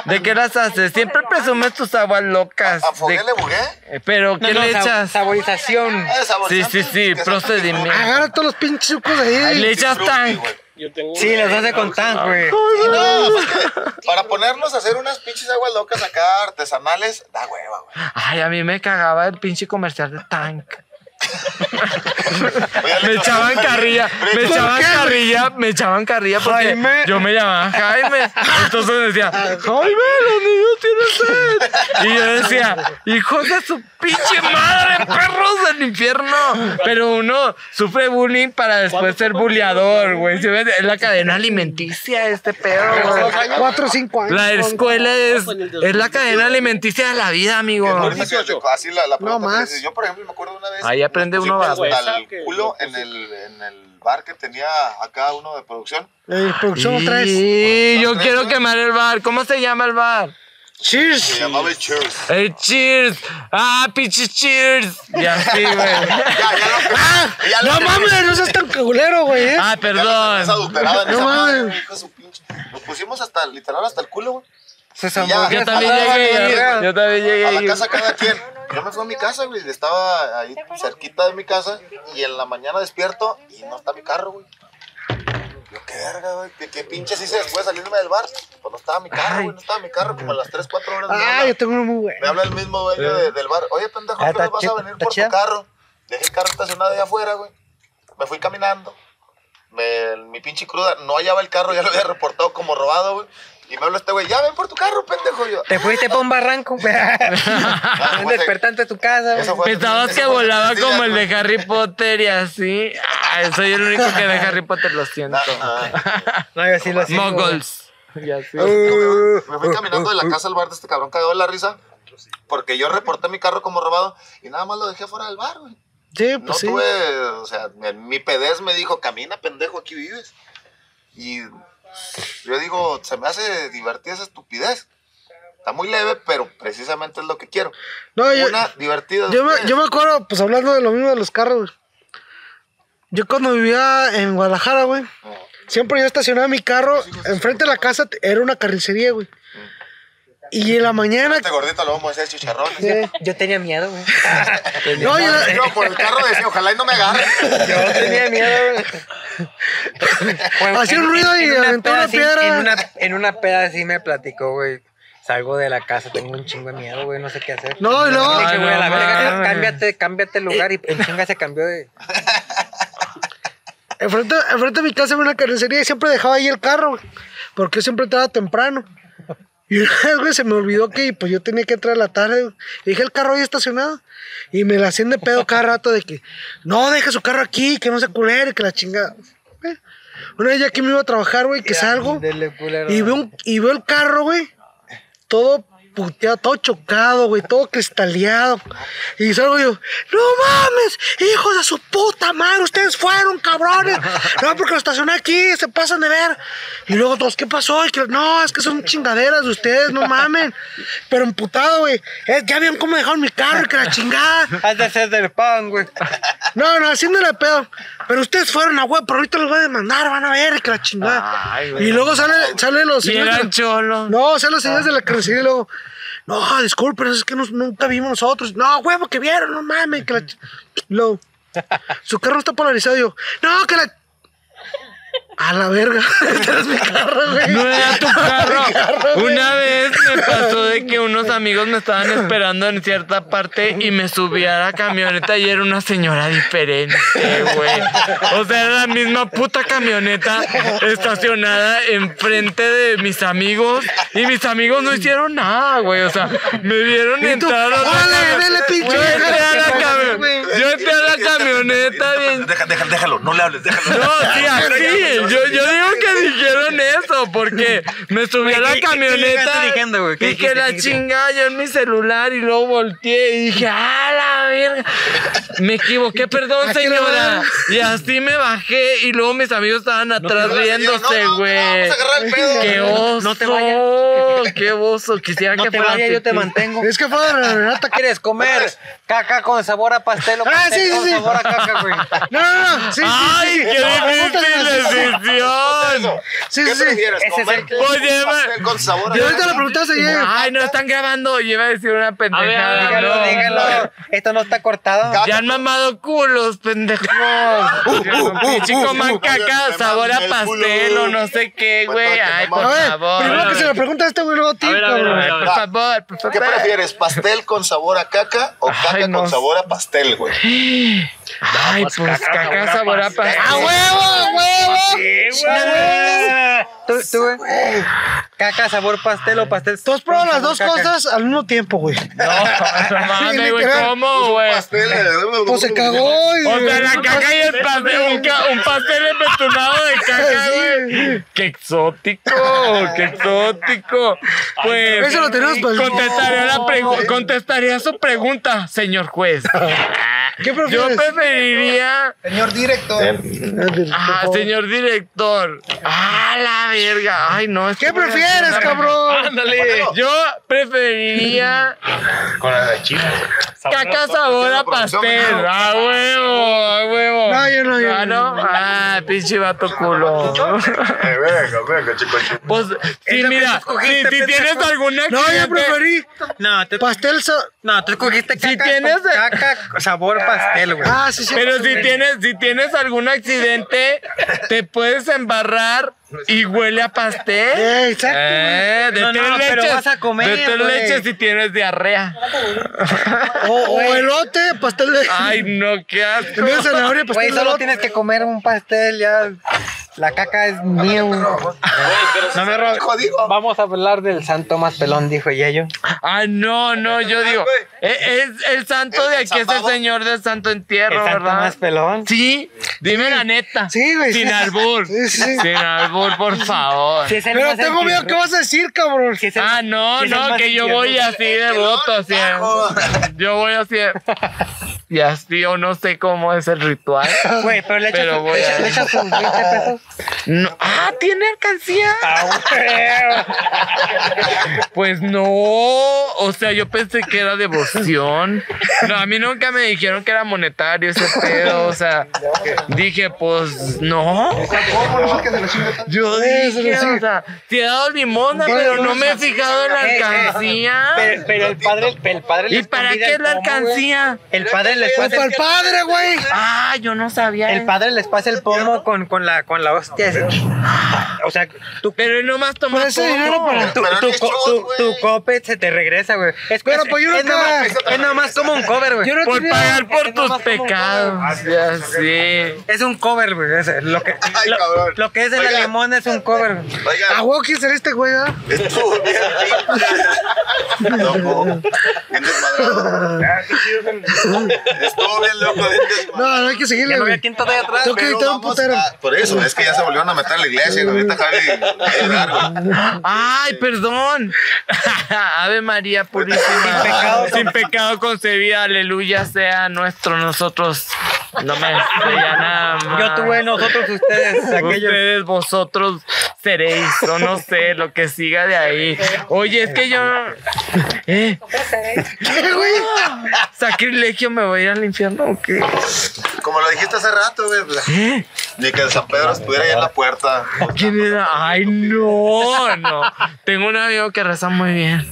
¿De qué las haces? Siempre presumes tus aguas locas.
¿A fogué
De-
le bugué?
eh, ¿Pero qué
No, no,
le
sa-
echas?
Saborización.
Ah,
Sí,
saborizante,
sí, sí,
que
procedimiento.
Agarra todos los pinches sucos de ahí.
Le echas
Fruity,
tan.
güey.
Yo tengo
Sí, los hace con tan, güey.
Sí, no, pues que para ponernos a hacer unas pinches aguas locas acá artesanales, da hueva, güey.
Ay, a mí me cagaba el pinche comercial de Tank.
Oye,
Me
Alex,
echaban carrilla, me
Rico.
echaban carrilla, me echaban carrilla porque
Jaime.
yo me llamaba Jaime. Entonces decía, Jaime, los niños tienen sed. Y yo decía, hijos de su pinche madre, perros del infierno. Pero uno sufre bullying para después ser bulleador, güey. ¿Sí ves? Es la cadena alimenticia este pedo, güey.
Cuatro o cinco años.
La escuela es, es la cadena alimenticia de la vida,
Que
amigo.
ahorita que- que- Así la, la pregunta que
más.
dices, Yo, por ejemplo, me acuerdo una vez.
Ahí aprende
nos
uno
pusimos
bastante.
hasta el
Que-
culo en el, en el bar que tenía acá uno de producción.
Eh, producción otra vez.
Sí, yo
Tres,
quiero
¿no?
quemar el bar. ¿Cómo se llama el bar?
Se
Cheers.
llamaba el Cheers.
El Cheers. Ah, pinche Cheers. Ya sí, güey.
Ya, ya lo que. ya lo
No
que-
mames, no seas tan culero, güey. eh.
ya
Ah,
lo que tenías
perdón.
adulterado en
No
esa madre,
mames.
güey, hijo de su pinche. Nos pusimos hasta, literal, hasta el culo, güey.
Sus
Ya,
Yo
hamburguesas.
también
Ah,
llegué.
verga.
Yo, yo también
A la
llegué.
casa cada quien. Yo me fui a mi casa, güey. Estaba ahí cerquita de mi casa. Y en la mañana despierto y no está mi carro, güey. Yo, qué verga, güey. ¿Qué, qué pinches hice después de salirme del bar? Pues no estaba mi carro, güey. No estaba mi carro. Como a las 3, 4 horas. me
Ah,
habla-
yo tengo uno muy bueno.
Me habla el mismo dueño de- del bar. Oye, pendejo,
Ah,
¿qué hora
está
vas a
chi-
venir
está
por tu
chida.
carro? Dejé el carro estacionado allá afuera, güey. Me fui caminando. Me- mi pinche cruda, no hallaba el carro, ya lo había reportado como robado, güey. Y me habla este güey, ya ven por tu carro, pendejo. Yo,
Te fuiste para un barranco.
Ah,
un
fue hace-
despertante de tu casa. güey.
eso fue hace-
Pensabas
eso
que
fue hace
volaba
tres días,
como el
güey.
de Harry Potter y así. Ay, soy el único que de Harry Potter lo siento.
Ah, ah.
No, yo sí lo sigo, güey.
Moguls. Y así.
Me fui caminando de la casa al bar de este cabrón cagado de la risa. Porque yo reporté mi carro como robado y nada más lo dejé fuera del bar, güey.
Sí, pues
No
sí.
tuve, o sea, mi, mi pedez me dijo, camina, pendejo, aquí vives. Y yo digo, se me hace divertida esa estupidez. Está muy leve, pero precisamente es lo que quiero.
No, yo,
Una divertida.
yo, me,
estupidez.
yo me acuerdo, pues hablando de lo mismo de los carros, güey. Yo cuando vivía en Guadalajara, güey, siempre Ah. yo estacionaba mi carro enfrente de la casa, t- era una carnicería, güey. Y en la mañana. eh,
Este gordito lo vamos a hacer chicharrones.
Sí.
Yo tenía miedo, güey.
No, y en la-
Yo por el carro decía, ojalá y no me agarre.
Yo tenía miedo, güey. Bueno,
Hacía un
en-
ruido
en-
y
en una
aventó
peda
una
así-
piedra.
En una, en una peda así me platicó, güey. Salgo de la casa, tengo un chingo de miedo, güey, no sé qué hacer.
No, y luego-
Le dije, güey, a la
Ay, no
verga,
mames.
cámbiate, cámbiate el lugar y en chinga se cambió de.
Enfrente, enfrente de mi casa había una carnicería y siempre dejaba ahí el carro, güey, porque yo siempre entraba temprano. Y una vez, güey, se me olvidó que pues, yo tenía que entrar a la tarde. güey. Y Dije el carro ahí estacionado. Y me la hacían de pedo cada rato de que no, deja su carro aquí, que no se culere, que la chingada. Eh, Una vez ya que me iba a trabajar, güey, que salgo
Dele, culero.
y veo, un- y veo el carro, güey, todo puteado, todo chocado, güey, todo cristaleado. Y salgo yo, no mames, hijos de su puta madre, ustedes fueron cabrones. No, porque lo estacioné aquí, se pasan de ver. Y luego todos, ¿qué pasó? Y que, no, es que son chingaderas de ustedes, no mamen. Pero emputado, güey, es, ya vieron cómo dejaron mi carro, y que la chingada.
Has de ser del pan, güey.
No, no, así no era pedo. Pero ustedes fueron a huevo, pero ahorita los voy a demandar, van a ver, que la chingada.
Ay, güey.
y luego sale, sale los
Y
señores de
eran
la-
cholos.
no, o sea, los señores de la carnicería y luego. No, disculpen, es que nos- nunca vimos nosotros. No, huevo, que vieron, no mames. Que la ch- Luego, su carro está polarizado. y Yo, no, que la. A la verga. Este no es mi carro, güey.
No era tu
carro,
carro.
güey.
Una vez me pasó de que unos amigos me estaban esperando en cierta parte y me subí a la camioneta y era una señora diferente, güey. O sea, era la misma puta camioneta estacionada enfrente de mis amigos y mis amigos no hicieron nada, güey. O sea, me vieron
Y tú,
entrar a la
órale, dele, pinche
Yo entré a la
vieja,
cami- Yo entré a la camioneta bien
Deja- deja- déjalo, no le hables, déjalo.
no, sí, así. Yo, yo digo que dijeron eso, porque me subí a
Güey, ¿qué- qué- qué llegaste
la camioneta
diciendo, güey? ¿Qué
y que
dijiste? ¿Qué
la
dijiste?
chingada yo en mi celular y luego volteé y dije, ¡ah, la verga! Me equivoqué, perdón,
Aquí la
señora.
verga.
Y así me bajé y luego mis amigos estaban atrás riéndose,
No, no, no,
güey.
Vamos a agarrar el pedo.
¡Qué oso!
No te
¡Qué oso! Quisiera
No
que
te
fuera
vayas, yo te
pipí.
mantengo.
Es que fue de Renata.
¿Quieres comer caca con sabor a pastel o
Ah,
pastel
sí, sí,
con
sí.
sabor a caca, güey?
No, no, no. Sí, sí,
¡Ay,
sí.
qué difícil decisión!
Sí,
¿Qué
sí, sí.
prefieres?
Ese es el
¿Comer
que-
Oye,
un pastel
güey.
con sabor a
Y ahorita la pregunta se llega.
Ay, no están grabando. Yo iba a decir una pendejada.
Dígalo,
no.
dígalo. Esto no está cortado.
Caca.
Ya han mamado culos, pendejos. Chico, man caca, sabor a
Mamé el
pastel
culo.
o no sé qué, güey.
Bueno, que
Ay,
no
por
A
mames.
ver,
favor.
primero que se la pregunta a este güey, luego a ti,
A ver, a ver, a
Ay,
cabrón.
ver.
Por favor, por favor.
¿Qué prefieres? ¿Pastel con sabor a caca o caca
Ay, no.
con sabor a pastel, güey?
Ay, pues caca, sabor a pastel.
¡Ah,
huevo, huevo!
¿Tú, tú, güey? Caca, sabor pastel o pastel.
Tú has probado las dos
caca.
cosas al mismo tiempo, güey.
No, mames, güey,
Literal.
¿cómo, güey?
Pastel. eh,
Pues se cagó y.
O sea, la caca y el pastel, un, ca- un pastel embetunado de caca, güey. Qué exótico, qué exótico. Pues,
Eso lo tenemos para el-
contestaría, la pregu- contestaría su pregunta, señor juez.
¿Qué
Yo
prefieres?
preferiría
Señor
Em.
director.
Eh,
Ah, señor director. Ah, la verga. Ay, no. es
¿Qué
que-
prefieres, cabrón?
Ándale. Yo preferiría
Con la china.
caca sabor a pastel. A huevo, a huevo.
No, yo no, yo
Ah,
no.
no. Ah, pinche vato culo.
Venga, venga, chico.
Pues, sí, mira, si, si tienes alguna
No, yo
accidente-
preferí
No, tú,
pastel. sa-
no, tú escogiste caca.
tienes-
con Caca, sabor pastel, güey.
Ah, sí, sí.
Pero si tienes, si tienes algún accidente, te puedes embarrar y huele a pastel.
Eh, exacto,
Eh, de
No,
tres
no,
leches.
pero vas a comer,
de tres
güey.
leches si tienes diarrea.
O, o elote, pastel de.
Ay, no, qué asco.
En vez de zanahoria, pastel
Güey,
de
solo
elote.
tienes que comer un pastel, ya. La caca es mía, güey.
Pero si
No me
se
robes.
Código.
Vamos a hablar del San Tomás Pelón, dijo Yayo.
Ah, no, no, yo digo. eh, Es, el santo
¿El-
de
el
aquí, es el
zapado?
señor del santo
El
entierro,
San
¿verdad?
Tomás Pelón.
Sí, dime la neta.
Sí, güey.
Sin albur.
Sí, sí.
Sin albur, por favor.
Si es el
Pero
más
tengo miedo, ¿qué
entierro-
vas a decir, cabrón?
si es el-
Ah, no,
si es el
no,
más
que yo
entierro-
voy así de voto, así. de-
bajo.
Yo voy así. de- Y así, o no sé cómo es el ritual.
Güey, pero le echas
Pero voy
le echas-
a-
le echas tus 20 pesos.
No- Ah, tiene alcancía. Pues no, o sea, yo pensé que era devoción. No, a mí nunca me dijeron que era monetario ese pedo, o sea, dije, pues no. Yo dije, o sea, te he dado limona, pero no me he fijado en la alcancía.
Ah.
Pero, pero el padre, el padre
¿Y
les
para
convida
qué
el
la
pomo, güey.
alcancía?
El padre les
Pues
pasa
para el
el,
padre, güey.
Ah, yo no sabía.
el padre les pasa el pomo con, con la con la hostia. así. O sea, tu
Pero él nomás toma
Por ese
poco.
dinero para
tu,
Pero
tu,
qué
co-
show,
tu-
güey.
tu copet se te regresa, güey. Es,
Pero,
es-
pues, yo
es
nunca-
nomás, es nomás como un cover, güey.
Yo no
Por
tenía-
pagar por tus
nomás como un
pecados. Ah, Ya sé.
Es un cover, güey. Es eh, lo, que,
Ay,
lo,
cabrón.
lo que es el
Oiga.
limón es un cover. güey.
¿A
Ah,
Oiga,
huevo quién será este güey? ah?
estuvo bien loco. Ah, Bien desmadrado. Estuvo bien loco, bien desmadrado.
No, no hay que
Ya
seguirle,
no había
güey.
quién todavía atrás.
Tengo que
Pero
editar un
vamos
putero.
a- por eso, es que ya se volvieron a meter a la iglesia. güey. Ahorita Javi va a ayudar, güey.
Ay, perdón. Ave María Purísima.
Sin pecado.
Sin pecado concebida. Aleluya sea nuestro, nosotros. No me estrella nada más.
Yo tuve nosotros ustedes, aquellos.
Ah, Ustedes, vosotros seréis, o no sé, lo que siga de ahí. Oye, es que yo. ¿Eh?
¿Qué, güey?
¿Sacrilegio me voy a ir al infierno o qué?
Como lo dijiste hace rato, güey. pues,
¿Eh?
Ni que el San Pedro estuviera ahí en la puerta.
¿Quién era? Ay, no, no. Tengo un amigo que reza muy bien.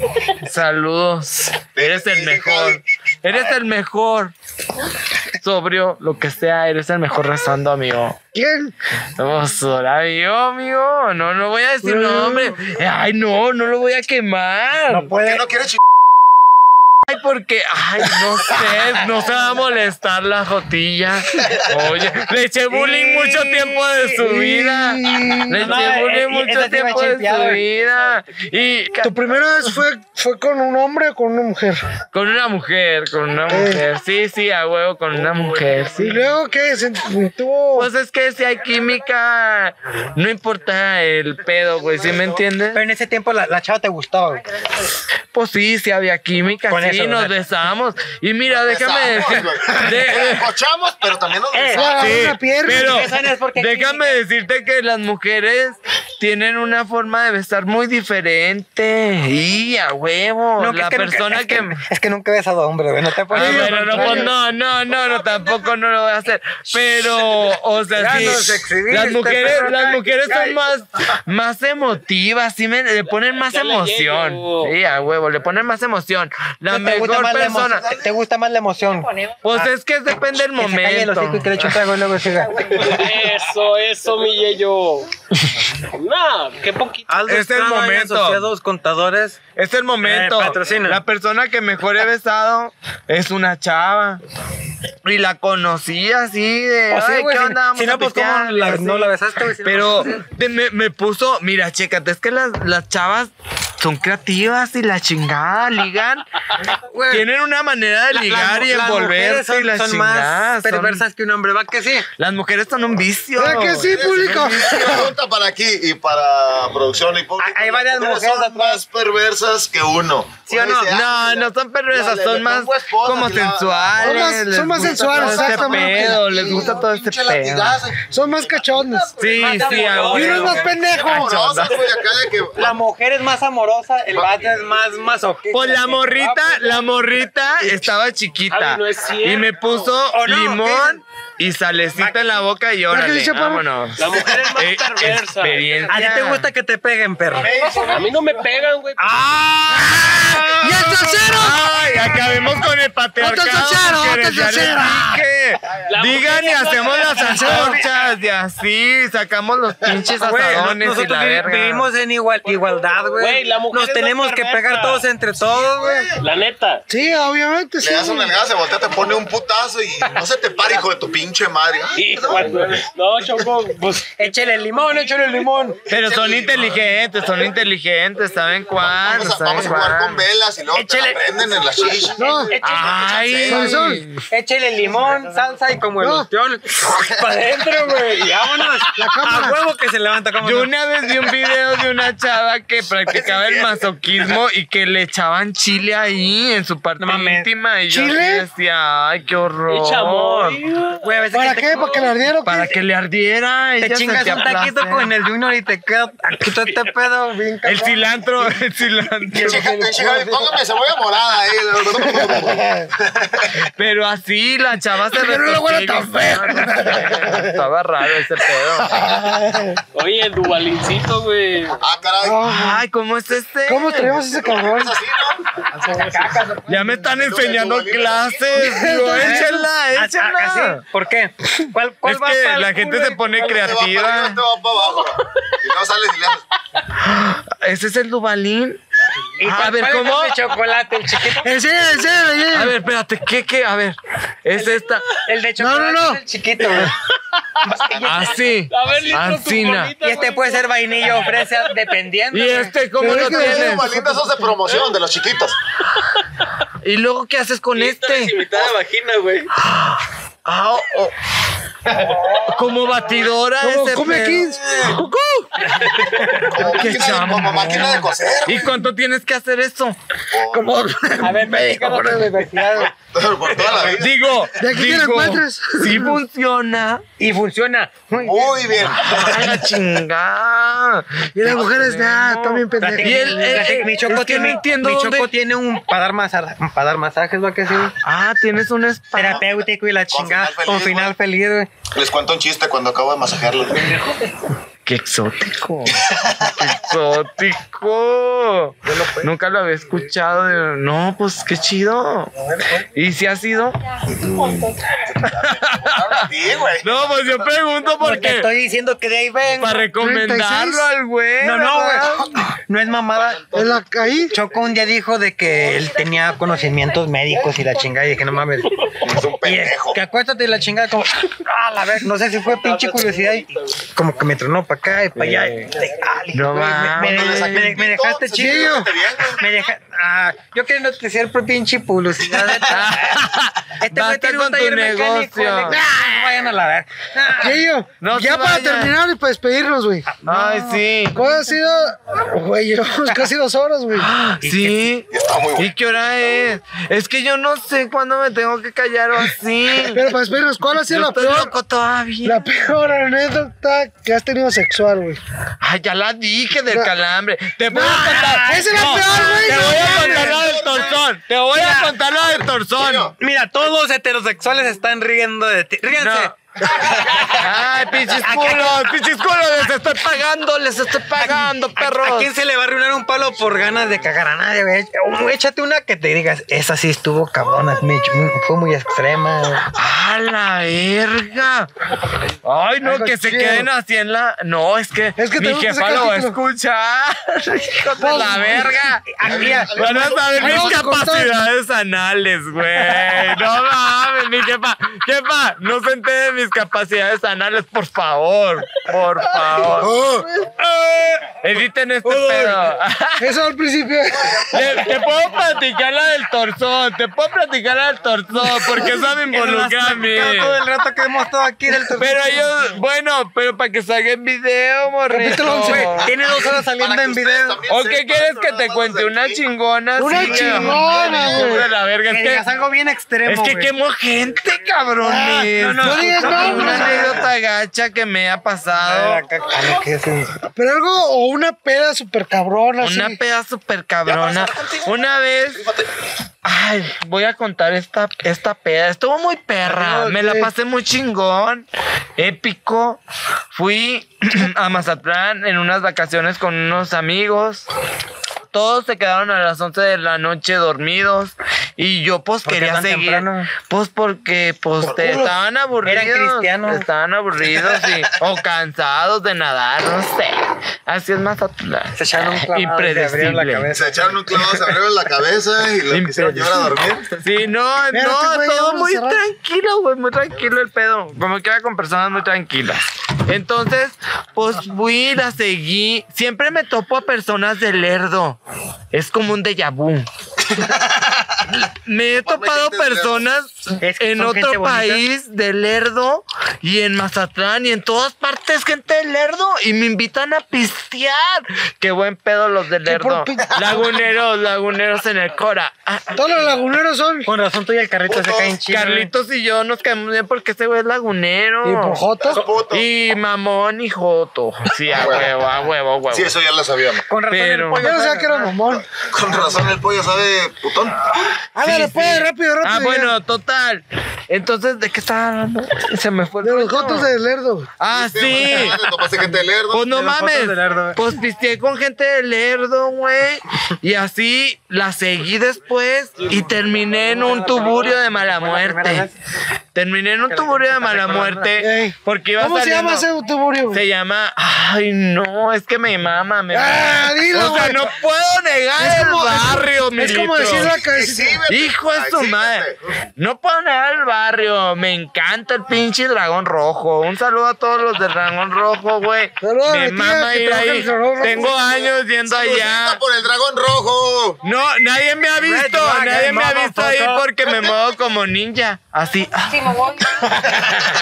Saludos. Eres el mejor. Eres el mejor. Sobrio, lo que sea, eres el mejor rezando, amigo.
¿Quién?
Vamos, amigo, amigo. No, no voy a decir nombre. Ay, no, no lo voy a quemar.
¿Por qué no quiere
Ay, porque, ay, no sé, no se va a molestar la jotilla. Oye, le eché bullying mucho tiempo de su vida. Le
No,
eché
eh,
bullying
eh,
mucho
esa te iba
tiempo de
chimpeado,
su
güey.
vida. Y
¿Tu primera vez fue, fue con un hombre o con una mujer?
con una mujer, con una mujer. Sí, sí, a huevo, con una mujer.
¿Y
Sí.
luego qué? ¿Se tuvo-
Pues es que si hay química, no importa el pedo, güey, ¿sí me entiendes?
Pero en ese tiempo la, la chava te gustaba, güey.
Pues sí, sí había química,
Con
sí,
eso,
nos
¿verdad?
besamos. Y mira, déjame decir. de-
Eh,
Eh,
Cochamos, pero también nos besamos.
Ah,
Sí,
una pierna.
pero
Besan es porque hay
déjame decirte que las mujeres tienen una forma de besar muy diferente. Y a huevo,
No, que
la
es que nunca-
persona
es
que...
Es que nunca he besado a hombre, güey. No te
Ah,
puedes.
bueno, no, pues no, no, no, no, tampoco no lo voy a hacer. Pero, o sea,
Ya
sí,
nos exhibiste,
las mujeres,
perro.
las mujeres son más, más emotivas, sí me, le ponen más emoción. Sí, a huevo, le ponen más emoción. La
te gusta
mejor
más la
persona.
emoción. Te- Te gusta más la emoción.
Pues es que depende el
Que se calle el hocico y que le
momento.
eche un trago y luego siga.
Eso, eso, mi yeyo. Nah, qué poquito.
Aldo
Este Es el
Estrada y
momento.
Este Asociados Contadores.
Es el momento.
Eh, patrocina.
La persona que mejor he besado es una chava. Y la conocí así de.
Pues sí,
"Ay,
güey,
¿qué
si-
onda? Vamos
si no,
a
pues, ¿cómo
pistear", y
la-
así.
no la besaste, güey? Si no,
Pero
pues,
de- me, me puso. Mira, chécate, es que las, las chavas son creativas y la chingada ligan.
Güey.
Tienen una manera de ligar y
las
envolverse
mujeres son,
y la
son
chingada,
más
son-
perversas que un hombre, va que sí.
Las mujeres son un vicio.
¿Verdad que sí, público?
Pregunta para aquí y para producción y público.
Hay varias
Las
mujeres
son
atrás.
más perversas que uno.
¿Sí o
Uno
no?
Pues,
dice, ah,
No,
mira,
no son perversas,
dale,
son
le
más
pongo esposa
como
y la-
sensuales.
Son más-
les
son más
gusta
sensuales,
todo este
exactamente.
pedo, les gusta todo este
Pinche
pedo.
latigazo.
Son más cachones.
Sí, sí, a
Y uno
huevo.
es más pendejo.
Amorosas, güey, acá de que-
La mujer es más amorosa, el vato es más masoquista.
Pues la morrita, la morrita estaba chiquita.
Ay, no es cierto.
Y me puso
¿O no?
limón y salecita en la boca y órale,
dice, Pablo?
vámonos.
La mujer es más
Eh,
perversa.
experiencia.
¿A ti te gusta que te peguen, perro?
A mí no me pegan, güey.
¡Ah!
¡Y el trasero!
¡Ay! Acabemos con el patriarcado.
¡Otra salsera,
porque
otra
ya les
salsera!
dije.
La
Digan y
mujer-
hacemos las antorchas y así sacamos los pinches
Güey, no-
asadones y
nosotros
la
vi-
verga.
vivimos en igual, igualdad,
Güey,
güey.
la mujer
Nos
es más
tenemos que
perversa.
pegar todos entre todos, güey.
La neta.
Sí, obviamente, sí.
Le das una nalgada, se voltea, te pone un putazo y no se te para, hijo de tu pinche madre. Ay,
Hijo, no, Choco, pues
Échale limón, échale limón.
Pero son inteligentes, son inteligentes, ¿saben cuál?
Vamos a, Ah, vamos a jugar con velas y luego te
Échale.
la prenden en la shisha.
No,
Ay,
Por eso-
Échele
Ah.
limón, salsa y como el
No.
ostión. Para adentro, güey. y Vámonos. A huevo que se levanta como.
Yo una vez vi un video de una chava que practicaba el masoquismo y que le echaban chile ahí en su parte
No mames.
íntima. Y yo así
¿Chile?
decía, ay, qué horror.
echa amor.
Güey, a veces
¿Para
que
qué?
te-
¿Para que la ardieron?
Para que le ardiera.
Te
ella
chingas
sentía
un taquito
placer.
con el Junior y te queda aquí todo este pedo bien
El
cabrón.
cilantro, el cilantro.
Pinche gente, pinche Javi, Póngame cebolla morada ahí.
Pero así la chava se
Pero no huele tan
feo. Estaba raro ese pedo.
Oye, el dubalincito, güey.
Ah, caray.
Ay, ¿cómo es este?
¿Cómo traemos ese cabrón?
Es así, ¿no?
Ya me están enseñando
Dubalín.
clases. Digo, échenla,
Ah, ah,
échenla.
¿Así? ¿Por qué? ¿Cuál, cuál
Es
va
que
pa'l
la
culo
gente se
y
pone
cuál-
Te va para arriba,
creativa.
te va para abajo. Y no sales y le haces. "Pues
¿Ese es el Dubalín?
y
Ah,
cuál-
a ver,
cuál es
¿cómo?
el de chocolate, el chiquito.
Enséñale, enséñale,
A
enséñale.
ver, espérate, ¿qué, qué? A ver, es esta.
El de
No, no,
chocolate
no.
es el chiquito, güey.
Ah, Así.
A ver, listo,
Ancina.
Y este puede ser vainilla o fresa, dependiendo.
¿Y
güey.
este cómo
Pero
lo
es que decía,
tienes?
Las lindas son de promoción de los chiquitos.
¿Y luego qué haces con este?
imitada vagina, güey.
Ah, oh, oh. Como batidora
Como
ese
come
este pedo.
15. ¡Cucú!
Como
Qué
máquina de,
chamo.
como máquina de coser.
¿Y cuánto tienes que hacer eso?
Como.
A ver, platícanos tu universidad. güey.
Por toda la vida.
Digo,
De aquí te
digo,
la encuentres.
sí funciona.
Y funciona. Muy bien.
Muy bien.
A la chingada.
Y las mujeres, Ah, nada, están bien pendejas.
Este Y él- él-
Platica- mi choco
es que
tiene,
no entiendo
mi choco
dónde-
tiene un para dar, masa- para dar masajes, va que sí, güey?
Ah, tienes un spa.
terapéutico y la
Con
chingada
final
con
feliz,
final feliz, güey.
Les cuento un chiste cuando acabo de masajearlo.
Qué exótico. Qué exótico. Nunca lo había escuchado. de- No, pues qué chido. ¿Y si ha sido?
Habla Sí, güey.
No, pues yo pregunto
Porque te
porque
estoy diciendo que de ahí ven.
para recomendarlo
36.
al güey.
No, no,
¿verdad?
güey. No es mamada.
En la caí.
Choco un día dijo de que él tenía conocimientos médicos y la chingada y dije, no mames.
Es un
Y es,
pendejo.
que acuéstate y la chingada como, ah, la ver, no sé si fue pinche curiosidad y como que me tronó para acá y para allá. y- ah, le-
No
güey, me, me-
mames.
me- me dejaste
Se siente
chido.
bien, güey.
Me deja, ah, yo quiero noticiar por pinche publicidad. este güey
Basta
tiene un
con tu
taller mecánico.
negocio.
le- nah, No vayan a la ver. Nah.
Yeyo,
No
ya
se
para
vayan.
terminar y para despedirnos, güey.
Ay, sí.
¿Cuál ha sido? Güey, llevamos casi dos horas, güey.
Ah, Sí.
Y está muy bueno.
¿Y qué hora es? Es que yo no sé cuándo me tengo que callar o así.
Pero para despedirnos, ¿cuál ha sido
Yo
la
estoy
peor,
loco todavía.
la peor anécdota que has tenido sexual, güey?
Ay, ya la dije del calambre. Te voy a contar.
esa es la peor, güey,
Te
no
voy a
mames.
contar la del torzón. Te voy a contar la del torzón.
Mira, todos los heterosexuales están riendo de ti. Ríanse.
No. Ay, pinches culos, pinches culos, les estoy pagando, les estoy pagando,
¿A
perros.
quién se le va a arruinar un palo por ganas de cagar a nadie, güey? Uy, Échate una que te digas, esa sí estuvo cabrona, me- muy- fue muy extrema. güey".
¡A la verga! Ay, no,
Algo
que se
chido.
queden así en la. No, es que,
Es que
mi
tenemos que
jefa
sacar
lo va a
título. Pues,
escuchar. ¡Hijo de Pues la verga!
Ah, mira,
Van a saber mis
Vamos a cortar.
capacidades anales, güey. No mames, mi jefa. Jefa, no se entere de mis capacidades anales, por favor. Por favor. Eh, Editen este pedo.
Eso al principio.
Le- te puedo platicar la del torzón. Te puedo platicar la del torzón, porque eso me involucra a mí.
todo el rato que hemos estado aquí del
Pero ellos, bueno, pero para que salga en video, morrito.
Capítulo once.
Güey, Tiene dos horas saliendo
Para que
en
ustedes
video.
también
¿O
sepan,
qué quieres que
nada
te
más
cuente?
de
Una
aquí.
chingona.
Una
sí,
chingona,
hijo de la verga.
Que
Es
digas
que,
algo bien extremo.
es que
güey.
quemo gente, cabrones.
no, no.
No digas
Una
nombres.
anécdota gacha que me ha pasado.
Pero algo o una peda súper cabrona, así.
Una peda super cabrona. Una vez. Ay, voy a contar esta, esta peda. Estuvo muy perra.
Ah,
Adiós,
Me la
eh.
pasé muy chingón. Épico. Fui a Mazatlán en unas vacaciones con unos amigos. Todos se quedaron a las 11 de la noche dormidos. Y yo, pues,
¿Por qué
quería
tan
seguir.
temprano?
Pues, porque, pues, te-
culos.
estaban aburridos.
cristianos.
Estaban aburridos y, o cansados de nadar, no sé. Así es más fatal.
Se echaron un clavado y se abrieron la
Impredecible.
cabeza.
Se echaron un clavado, se abrieron la cabeza y lo quisieron llevar a dormir.
Sí, no,
Espérate,
no,
güey, ya
todo
vamos a
muy
cerrar.
tranquilo, güey, muy tranquilo el pedo. Como que era con personas muy tranquilas. Entonces, pues fui, la seguí. Siempre me topo a personas del Lerdo. Es como un déjà vu. Me he
Forma de
topado
gente del Lerdo.
personas
Es que
en
son gente
otro
bonita.
país del Lerdo y en Mazatlán y en todas partes gente del Lerdo y me invitan a pistear. Qué buen pedo los del Lerdo.
por pin-
Laguneros, laguneros en el Cora. Ah, ah.
Todos los laguneros son.
Con razón tú y el carrito se
Putos
caen chido.
Carlitos y yo nos caemos bien porque ese güey es lagunero.
Y pues, por
Los
Jotos.
putos.
Y mamón y joto. Sí, a huevo, a huevo, a huevo.
Sí, eso ya lo sabíamos.
Con razón
Pero-
el pollo
Yo no sabía
sabe
que era
remar.
mamón.
Con razón el pollo sabe putón.
Ándale, pues, rápido, rápido.
Ah,
ya.
bueno, total. Entonces, ¿de qué estaba hablando? Se me fue el
De los
rollo.
Jotos de Lerdo.
Ah, sí.
Te topaste gente de lerdo.
Pues no
De los Jotos
mames.
de Lerdo.
Pues pisteé con gente de Lerdo, güey. Y así la seguí después y terminé en un tuburio de mala muerte. Terminé en un tuburio de mala muerte
Ey.
porque iba
¿Cómo se llama
saliendo-
ese tuburio,
Se
güey?
llama. Ay, no, es que me mama, me
Ah,
mama.
dilo,
o sea,
güey.
no puedo negar el barrio, mi
Es como decir la cabecita.
Hijo de su madre.
Pues
No puedo negar el barrio. Me encanta el pinche dragón rojo. Un saludo a todos los del dragón rojo, güey.
Saludos a
Me
mi tía
mama
que
ir
trabaja en el
ahí.
Dragón Rojo.
Tengo años yendo allá.
por el dragón rojo.
No, nadie me ha visto,
Dragon,
nadie me ha visto ahí
motherfucker.
porque me muevo como ninja. Así. ah,
Sí, me voy.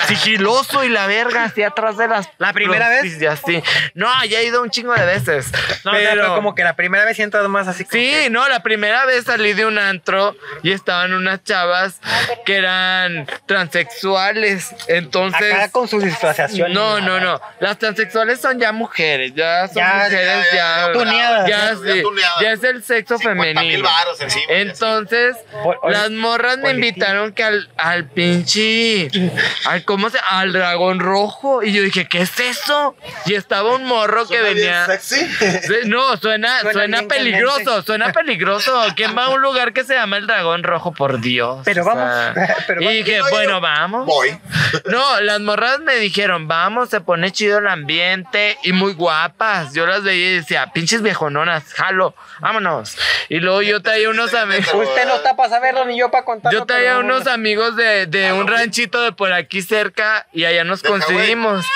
sigiloso y la verga, así atrás de las.
¿La primera vez?
y así. No, ya he ido un chingo de veces.
No, no,
pero,
pero como que la primera vez sientas más así. como
Sí,
que-
no, la primera vez salí de un antro y estaban unas chavas que eran transexuales.
Acá
Entonces.
con sus disfrazaciones.
No, no, no. Las transexuales son ya mujeres. Ya son
Ya,
mujeres,
ya,
ya.
ya,
tuneadas.
ya,
Ya
sí,
tuneadas.
ya es el sexo
50 mil
femenino.
baros encima.
Entonces,
Por- oye,
las morras me
oye,
invitaron que al, al pinche, al cómo se, al dragón rojo. Y yo dije, ¿qué es eso? Y estaba un morro que venía.
¿Sexy?
Sí, No, suena,
Suena
suena,
bien
peligroso,
caliente.
suena peligroso. ¿Quién va a un lugar que se llama el dragón rojo? Por Dios.
Pero
o sea.
vamos, pero
y
vamos.
dije,
Yo no he
bueno,
ido.
vamos.
Voy.
No, las morras me dijeron, vamos, se pone chido el ambiente y muy guapas. Yo las veía y decía, pinches viejononas, jalo, vámonos. Y luego yo traía unos amigos.
Usted no está para saberlo ni yo para contarlo.
Yo traía
pero-
unos amigos de, de un ranchito de por aquí cerca y allá nos
Ah, ¿De Hawái?
conseguimos.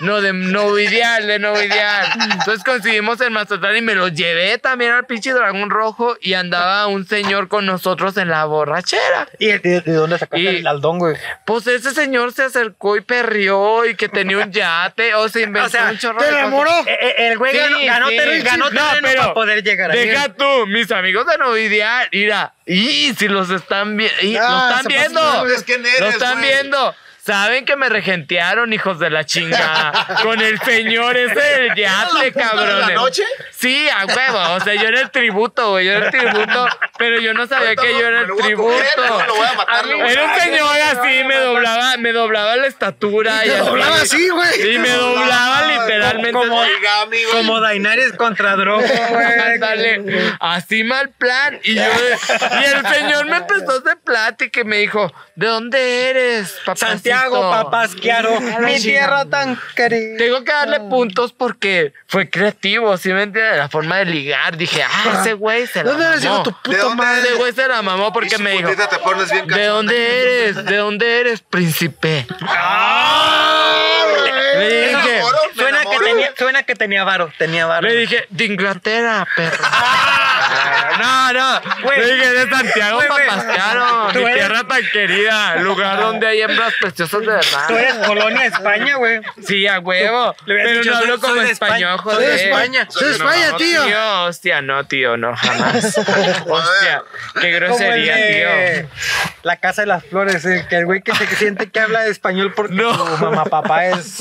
No, de Novidial, de Novidial. Entonces conseguimos el Mazatlán y me los llevé también al pinche dragón rojo y andaba un señor con nosotros en la borrachera.
¿Y el- de, de dónde sacaste
Y-
el aldón, güey?
Pues ese señor se acercó y perrió y que tenía un yate o se inventó
O sea,
un chorro
¿Te
de cosas.
enamoró?
Eh, eh, el güey
Sí,
ganó, ganó
sí.
terreno, ganó
No,
terreno
pero
para poder llegar a
Deja tú, mis amigos de Novidial, mira, y si los están, vi- y,
Ah,
lo están
se pasó.
viendo,
¿Sabes quién eres,
lo están
güey?
viendo. Saben que me regentearon, hijos de la chingada. Con el señor ese del
punta de
yate,
la
cabrones.
noche?
Sí, a huevo. O sea, yo era el tributo, güey. Yo era el tributo. Pero yo no sabía
Ahorita
que
no,
yo era
me
el
lo voy a coger,
tributo.
no, lo voy a matar, lo voy a
Era un
matar.
señor así, me doblaba, me doblaba la estatura.
Te
y
doblaba así, Ah, güey.
Y me doblaba literalmente.
Como-
Origami, güey.
Como Dainares contra Drogo, güey.
Ándale, así mal plan. Y yo, y el señor me empezó de plática y me dijo, ¿de dónde eres, papacito?
Santiago, papasquiaro,
Ah,
mi tierra tan querida.
Tengo que darle puntos porque fue creativo, ¿sí me entiendes? La forma de ligar. Dije, ah, ese güey se la
¿Dónde eres, hijo
mamó.
de tu
¿De
puta
dónde
madre?
Ese güey se la mamó
Y
porque
su
me dijo,
putita te pones bien
¿de
cachonda.
dónde eres? ¿De dónde eres, príncipe? Ah,
Me
Le dije,
enamoro, me
Suena que,
enamoro.
tenía, suena que tenía varo, tenía varo.
Le dije, de Inglaterra, perro. No, no.
Ah, Güey.
Le dije, de Santiago
Güey, güey.
Papascaro,
Tú
mi
eres-
tierra tan querida, lugar donde hay hembras preciosas de
Tú
verdad.
eres colonia de España, güey.
Sí, a huevo.
le hubieras
Ah. Pero
dicho,
no hablo
soy-
como
soy de
español,
España, soy
joder.
de España.
Soy de
No,
España, tío.
Hostia, no, tío, no, jamás. Hostia, qué
Como el
grosería,
de
tío.
La Casa de las Flores, eh, que el güey que se siente que habla español porque
No.
su mamá papá es...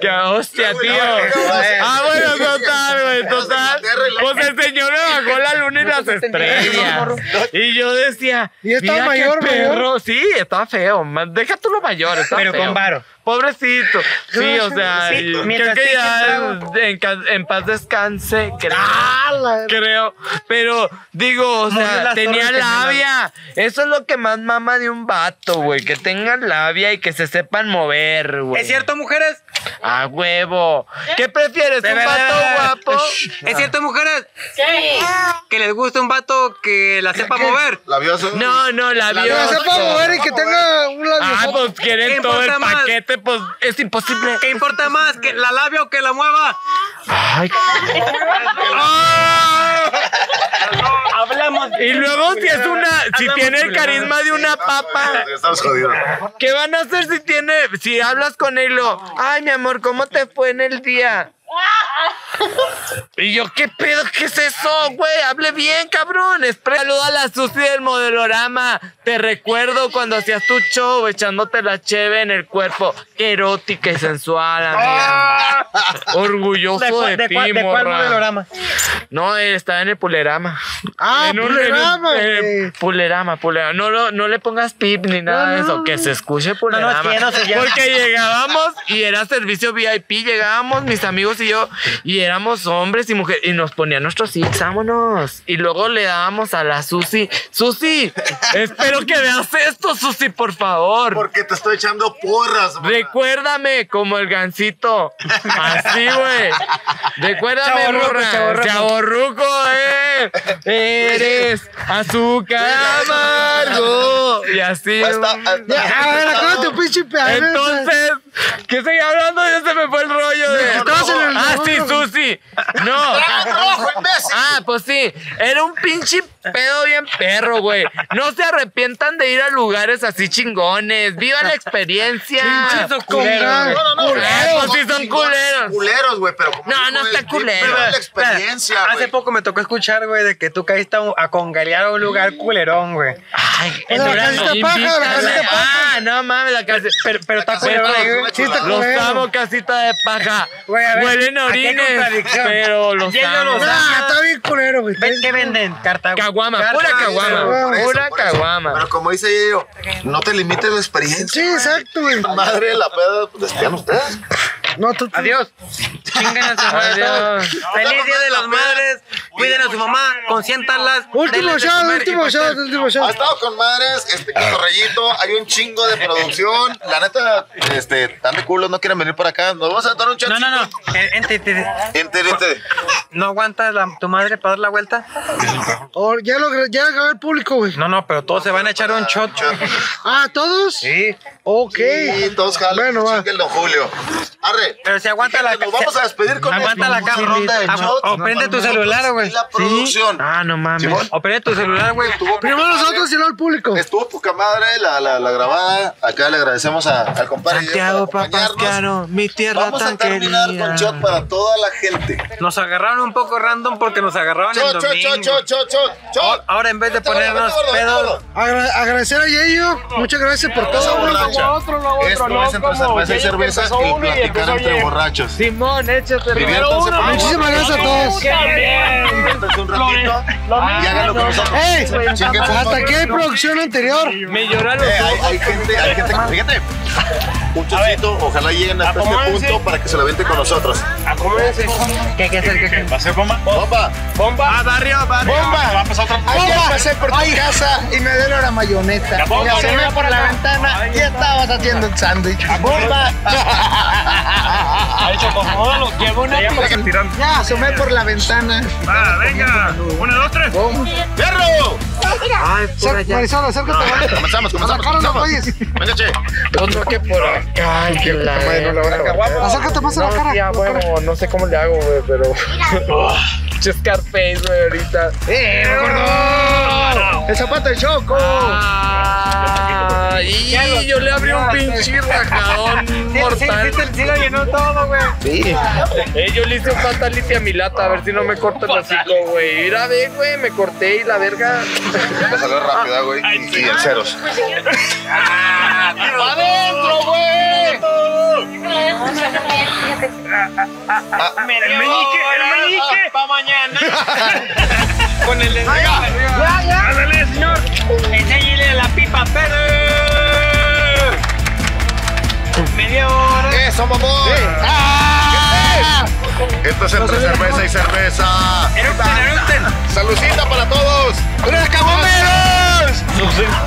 Que hostia,
No, güey,
tío.
no, no,
no,
Ah,
no,
bueno,
no, no,
total, güey,
no,
total.
no, no, no,
Pues el señor me bajó la luna y las estrellas. Y yo decía,
¿Y estaba
mira qué
mayor, mayor?
perro. Sí, estaba feo. ma- Deja tú lo mayor, estaba
Pero
feo.
con varo.
Pobrecito. Sí, o sea,
Sí,
y creo
mientras
que
te
ya
quien
en, ca- en paz descanse, creo.
¡Ah, la-
Creo, pero digo, o
Murió
sea,
las
tenía
Torres Gemelas.
labia. Eso es lo que más mama de un vato, güey. Que tengan labia y que se sepan mover, güey.
¿Es cierto, mujeres?
A huevo. ¿Qué prefieres, un vato guapo?
¿Eh? ¿Es cierto, mujeres?
¿Qué?
Que les gusta un vato que la sepa mover.
¿La vio eso?
No, no,
Que
labio.
la sepa mover y que tenga un
Ah,
labio.
pues quieren
¿Qué
todo el
importa más?
paquete, pues es imposible.
¿Qué importa más? ¿Que la labia o que la mueva?
Ay. ¡Ah!
Hablamos
Y luego si es una, si tiene el carisma de una papa,
Estamos jodidos.
¿qué van a hacer si tiene, si hablas con él lo, ay mi amor, ¿cómo te fue en el día? Y yo, ¿qué pedo? ¿Qué es eso, güey? Hable bien, cabrón. Espera, Saluda a la Susi del modelorama. Te recuerdo cuando hacías tu show echándote la cheve en el cuerpo. Qué erótica y sensual, amiga. Orgulloso de, ti,
cuál- Ah. de cuál
morra.
modelorama?
No, él está en el pulerama.
Ah,
En un-
pulerama,
en un- eh,
güey.
pulerama, pulerama. No, lo- no le pongas pip ni nada de eso. Que se escuche
es
pulerama.
que ya no se llama.
Porque llegábamos y era servicio VIP. Llegábamos, mis amigos y yo, y éramos hombres y mujeres. Y nos ponían nuestros hits, vámonos. Y luego le dábamos a la Susi. Susi, espero que veas esto, Susi, por favor.
Porque te estoy echando porras, man.
Recuérdame como el gancito. Así, güey. Recuérdame,
Chavorruco,
morra.
chavorruco.
Chavorruco, eh. Eres azúcar amargo. Y así.
Ahí está, ahí
güey.
está.
Ya, A ver, acuérdate un pinche pedazo.
Entonces, ¿qué estoy hablando? Ya se me fue el rollo de.
Estabas en el-
Ah, sí, Susi. No.
¡Trabajo, imbécil!
Ah, pues sí, era un pinche pedo bien perro, güey. No se arrepientan de ir a lugares así chingones. Viva la experiencia.
Pinches
Culero,
No, no, no.
Culeros, Ah, pues sí son
chingones,
culeros.
Culeros, güey, pero como
No,
dijo
no
él,
está
sí,
culero.
pero es la
Espera,
experiencia, güey.
Hace poco me tocó escuchar, güey, de que tú caíste a, un- a congalear a un lugar culerón, güey.
Ay,
O sea, la
Durango,
casita paja, la
invítame.
casita paja.
Ah, no mames, la casita. Pero, pero
La
está
casita
culero.
paja es
güey.
una chulada.
Los
culero.
amo, casita de paja.
Güey, a ver,
Huelen
¿a
a
qué
orines,
contradicción?
pero los
Yendo
amo.
los amo.
Ah, está bien culero, güey.
Ven, ¿Qué venden? Carta.
Caguama,
carta-
pura
güey.
caguama.
Por eso,
Pura
por eso.
caguama.
Pero como dice yo, no te limites la
Sí,
experiencia.
exacto, güey.
Madre la peda, pues despidan ustedes.
No, tú. tú-
Adiós. Chingan a su madre todos.
Adiós.
Feliz Día de las Madres. Cuiden a su mamá, consiéntanlas.
Último
denles de
shot,
comer
pues,
y
último
pastel.
shot, último
Ha
shot.
estado con madres, este cotorrellito, hay un chingo de producción. La neta, este, tan de culo, no quieren venir para acá. Nos vamos a dar un chat.
No, no, no. Eh, ente, te-
Entérate.
¿No aguantas la- tu madre para dar la vuelta?
O- Ya lo gra- ya grabé el público, güey.
No, no, pero todos se van a echar un shot.
Ah, ¿todos?
Sí. Oh,
Ok.
Y todos jalan.
Bueno, va.
Chingue el don Julio. Arre.
Pero si aguanta la
Nos vamos a despedir con
Aguanta
esto.
la cámara.
Ronda de
Ah,
shots.
o prende tu celular, güey.
Y La producción.
Ah, no mames.
Simón.
O prende tu celular, güey.
Estuvo
Primero
poca
nosotros y luego el público.
madre, Estuvo poca madre la, la, la grabada. Acá le agradecemos a, al compadre.
Santiago,
Diego por acompañarnos.
Papascaro, mi tierra
Vamos a
tan
terminar
querida.
con shot para toda la gente.
Nos agarraron un poco random porque nos agarraron el
Shot, shot, shot,
domingo.
shot, shot, shot, shot.
Ahora en vez de
Vete, gordo,
ponernos
vete, gordo, vete,
pedos,
gordo.
Agra- agradecer a Yeyo. Muchas gracias por
Cerveza
todo. güey.
borracha.
otro, luego otro,
Esto
no
es entre
como
cerveza y
aquellos que
cerveza
empezó
y
uno y
platicar
empezó
entre
bien.
borrachos.
Simón, échate.
Diviértanse, por favor.
Muchísimas gracias a todos.
Diviértanse un ratito y háganlo con nosotros.
¡Ey!
Chingue su
Hasta
madre.
aquí hay producción anterior.
Me lloran los
Eh, hay, hay gente, hay gente, que- fíjate. Un chocito, ojalá lleguen hasta este
acomódense.
punto para que se la vente con nosotros.
¿qué hay que hacer? ¿Qué hay que hacer?
Bomba,
Bomba,
¡Bomba!
va a pasar otra.
Ayer pasé por tu casa y me dieron la mayoneta. Me asomé por la ventana y estabas haciendo un sándwich. ¡Bomba!
Ahí chocomodelo, lleva una
Ya asomé por la ventana.
¡Perro!
Ay, pura ya.
Marisol, acércate. vale.
Comenzamos,
Nos
comenzamos,
sacaron los
comenzamos.
güeyes.
Venga, che.
Otro que por acá, que la
Acércate más a la
No,
cara.
sí, a
la cara.
huevo, no sé cómo le hago, güey, pero. Che Scarface, güey, ahorita.
El zapato de choco.
Ah, y yo le abrí un pinche rajadón mortal. Eh, yo le hice un fatality a mi lata, a ver si no me corto el hocico, güey. Mira, ve, güey, me corté y la verga.
Me salió rápida, güey. Y en ceros.
¡Adentro, güey!
Me dio
¡Eso, mamón! Esto es entre cerveza y cerveza. Salucita para todos. ¡Unas cabomeros!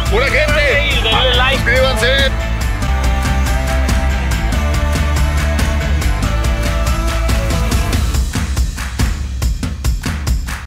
¡Pura gente!
Denle like.
Suscríbanse.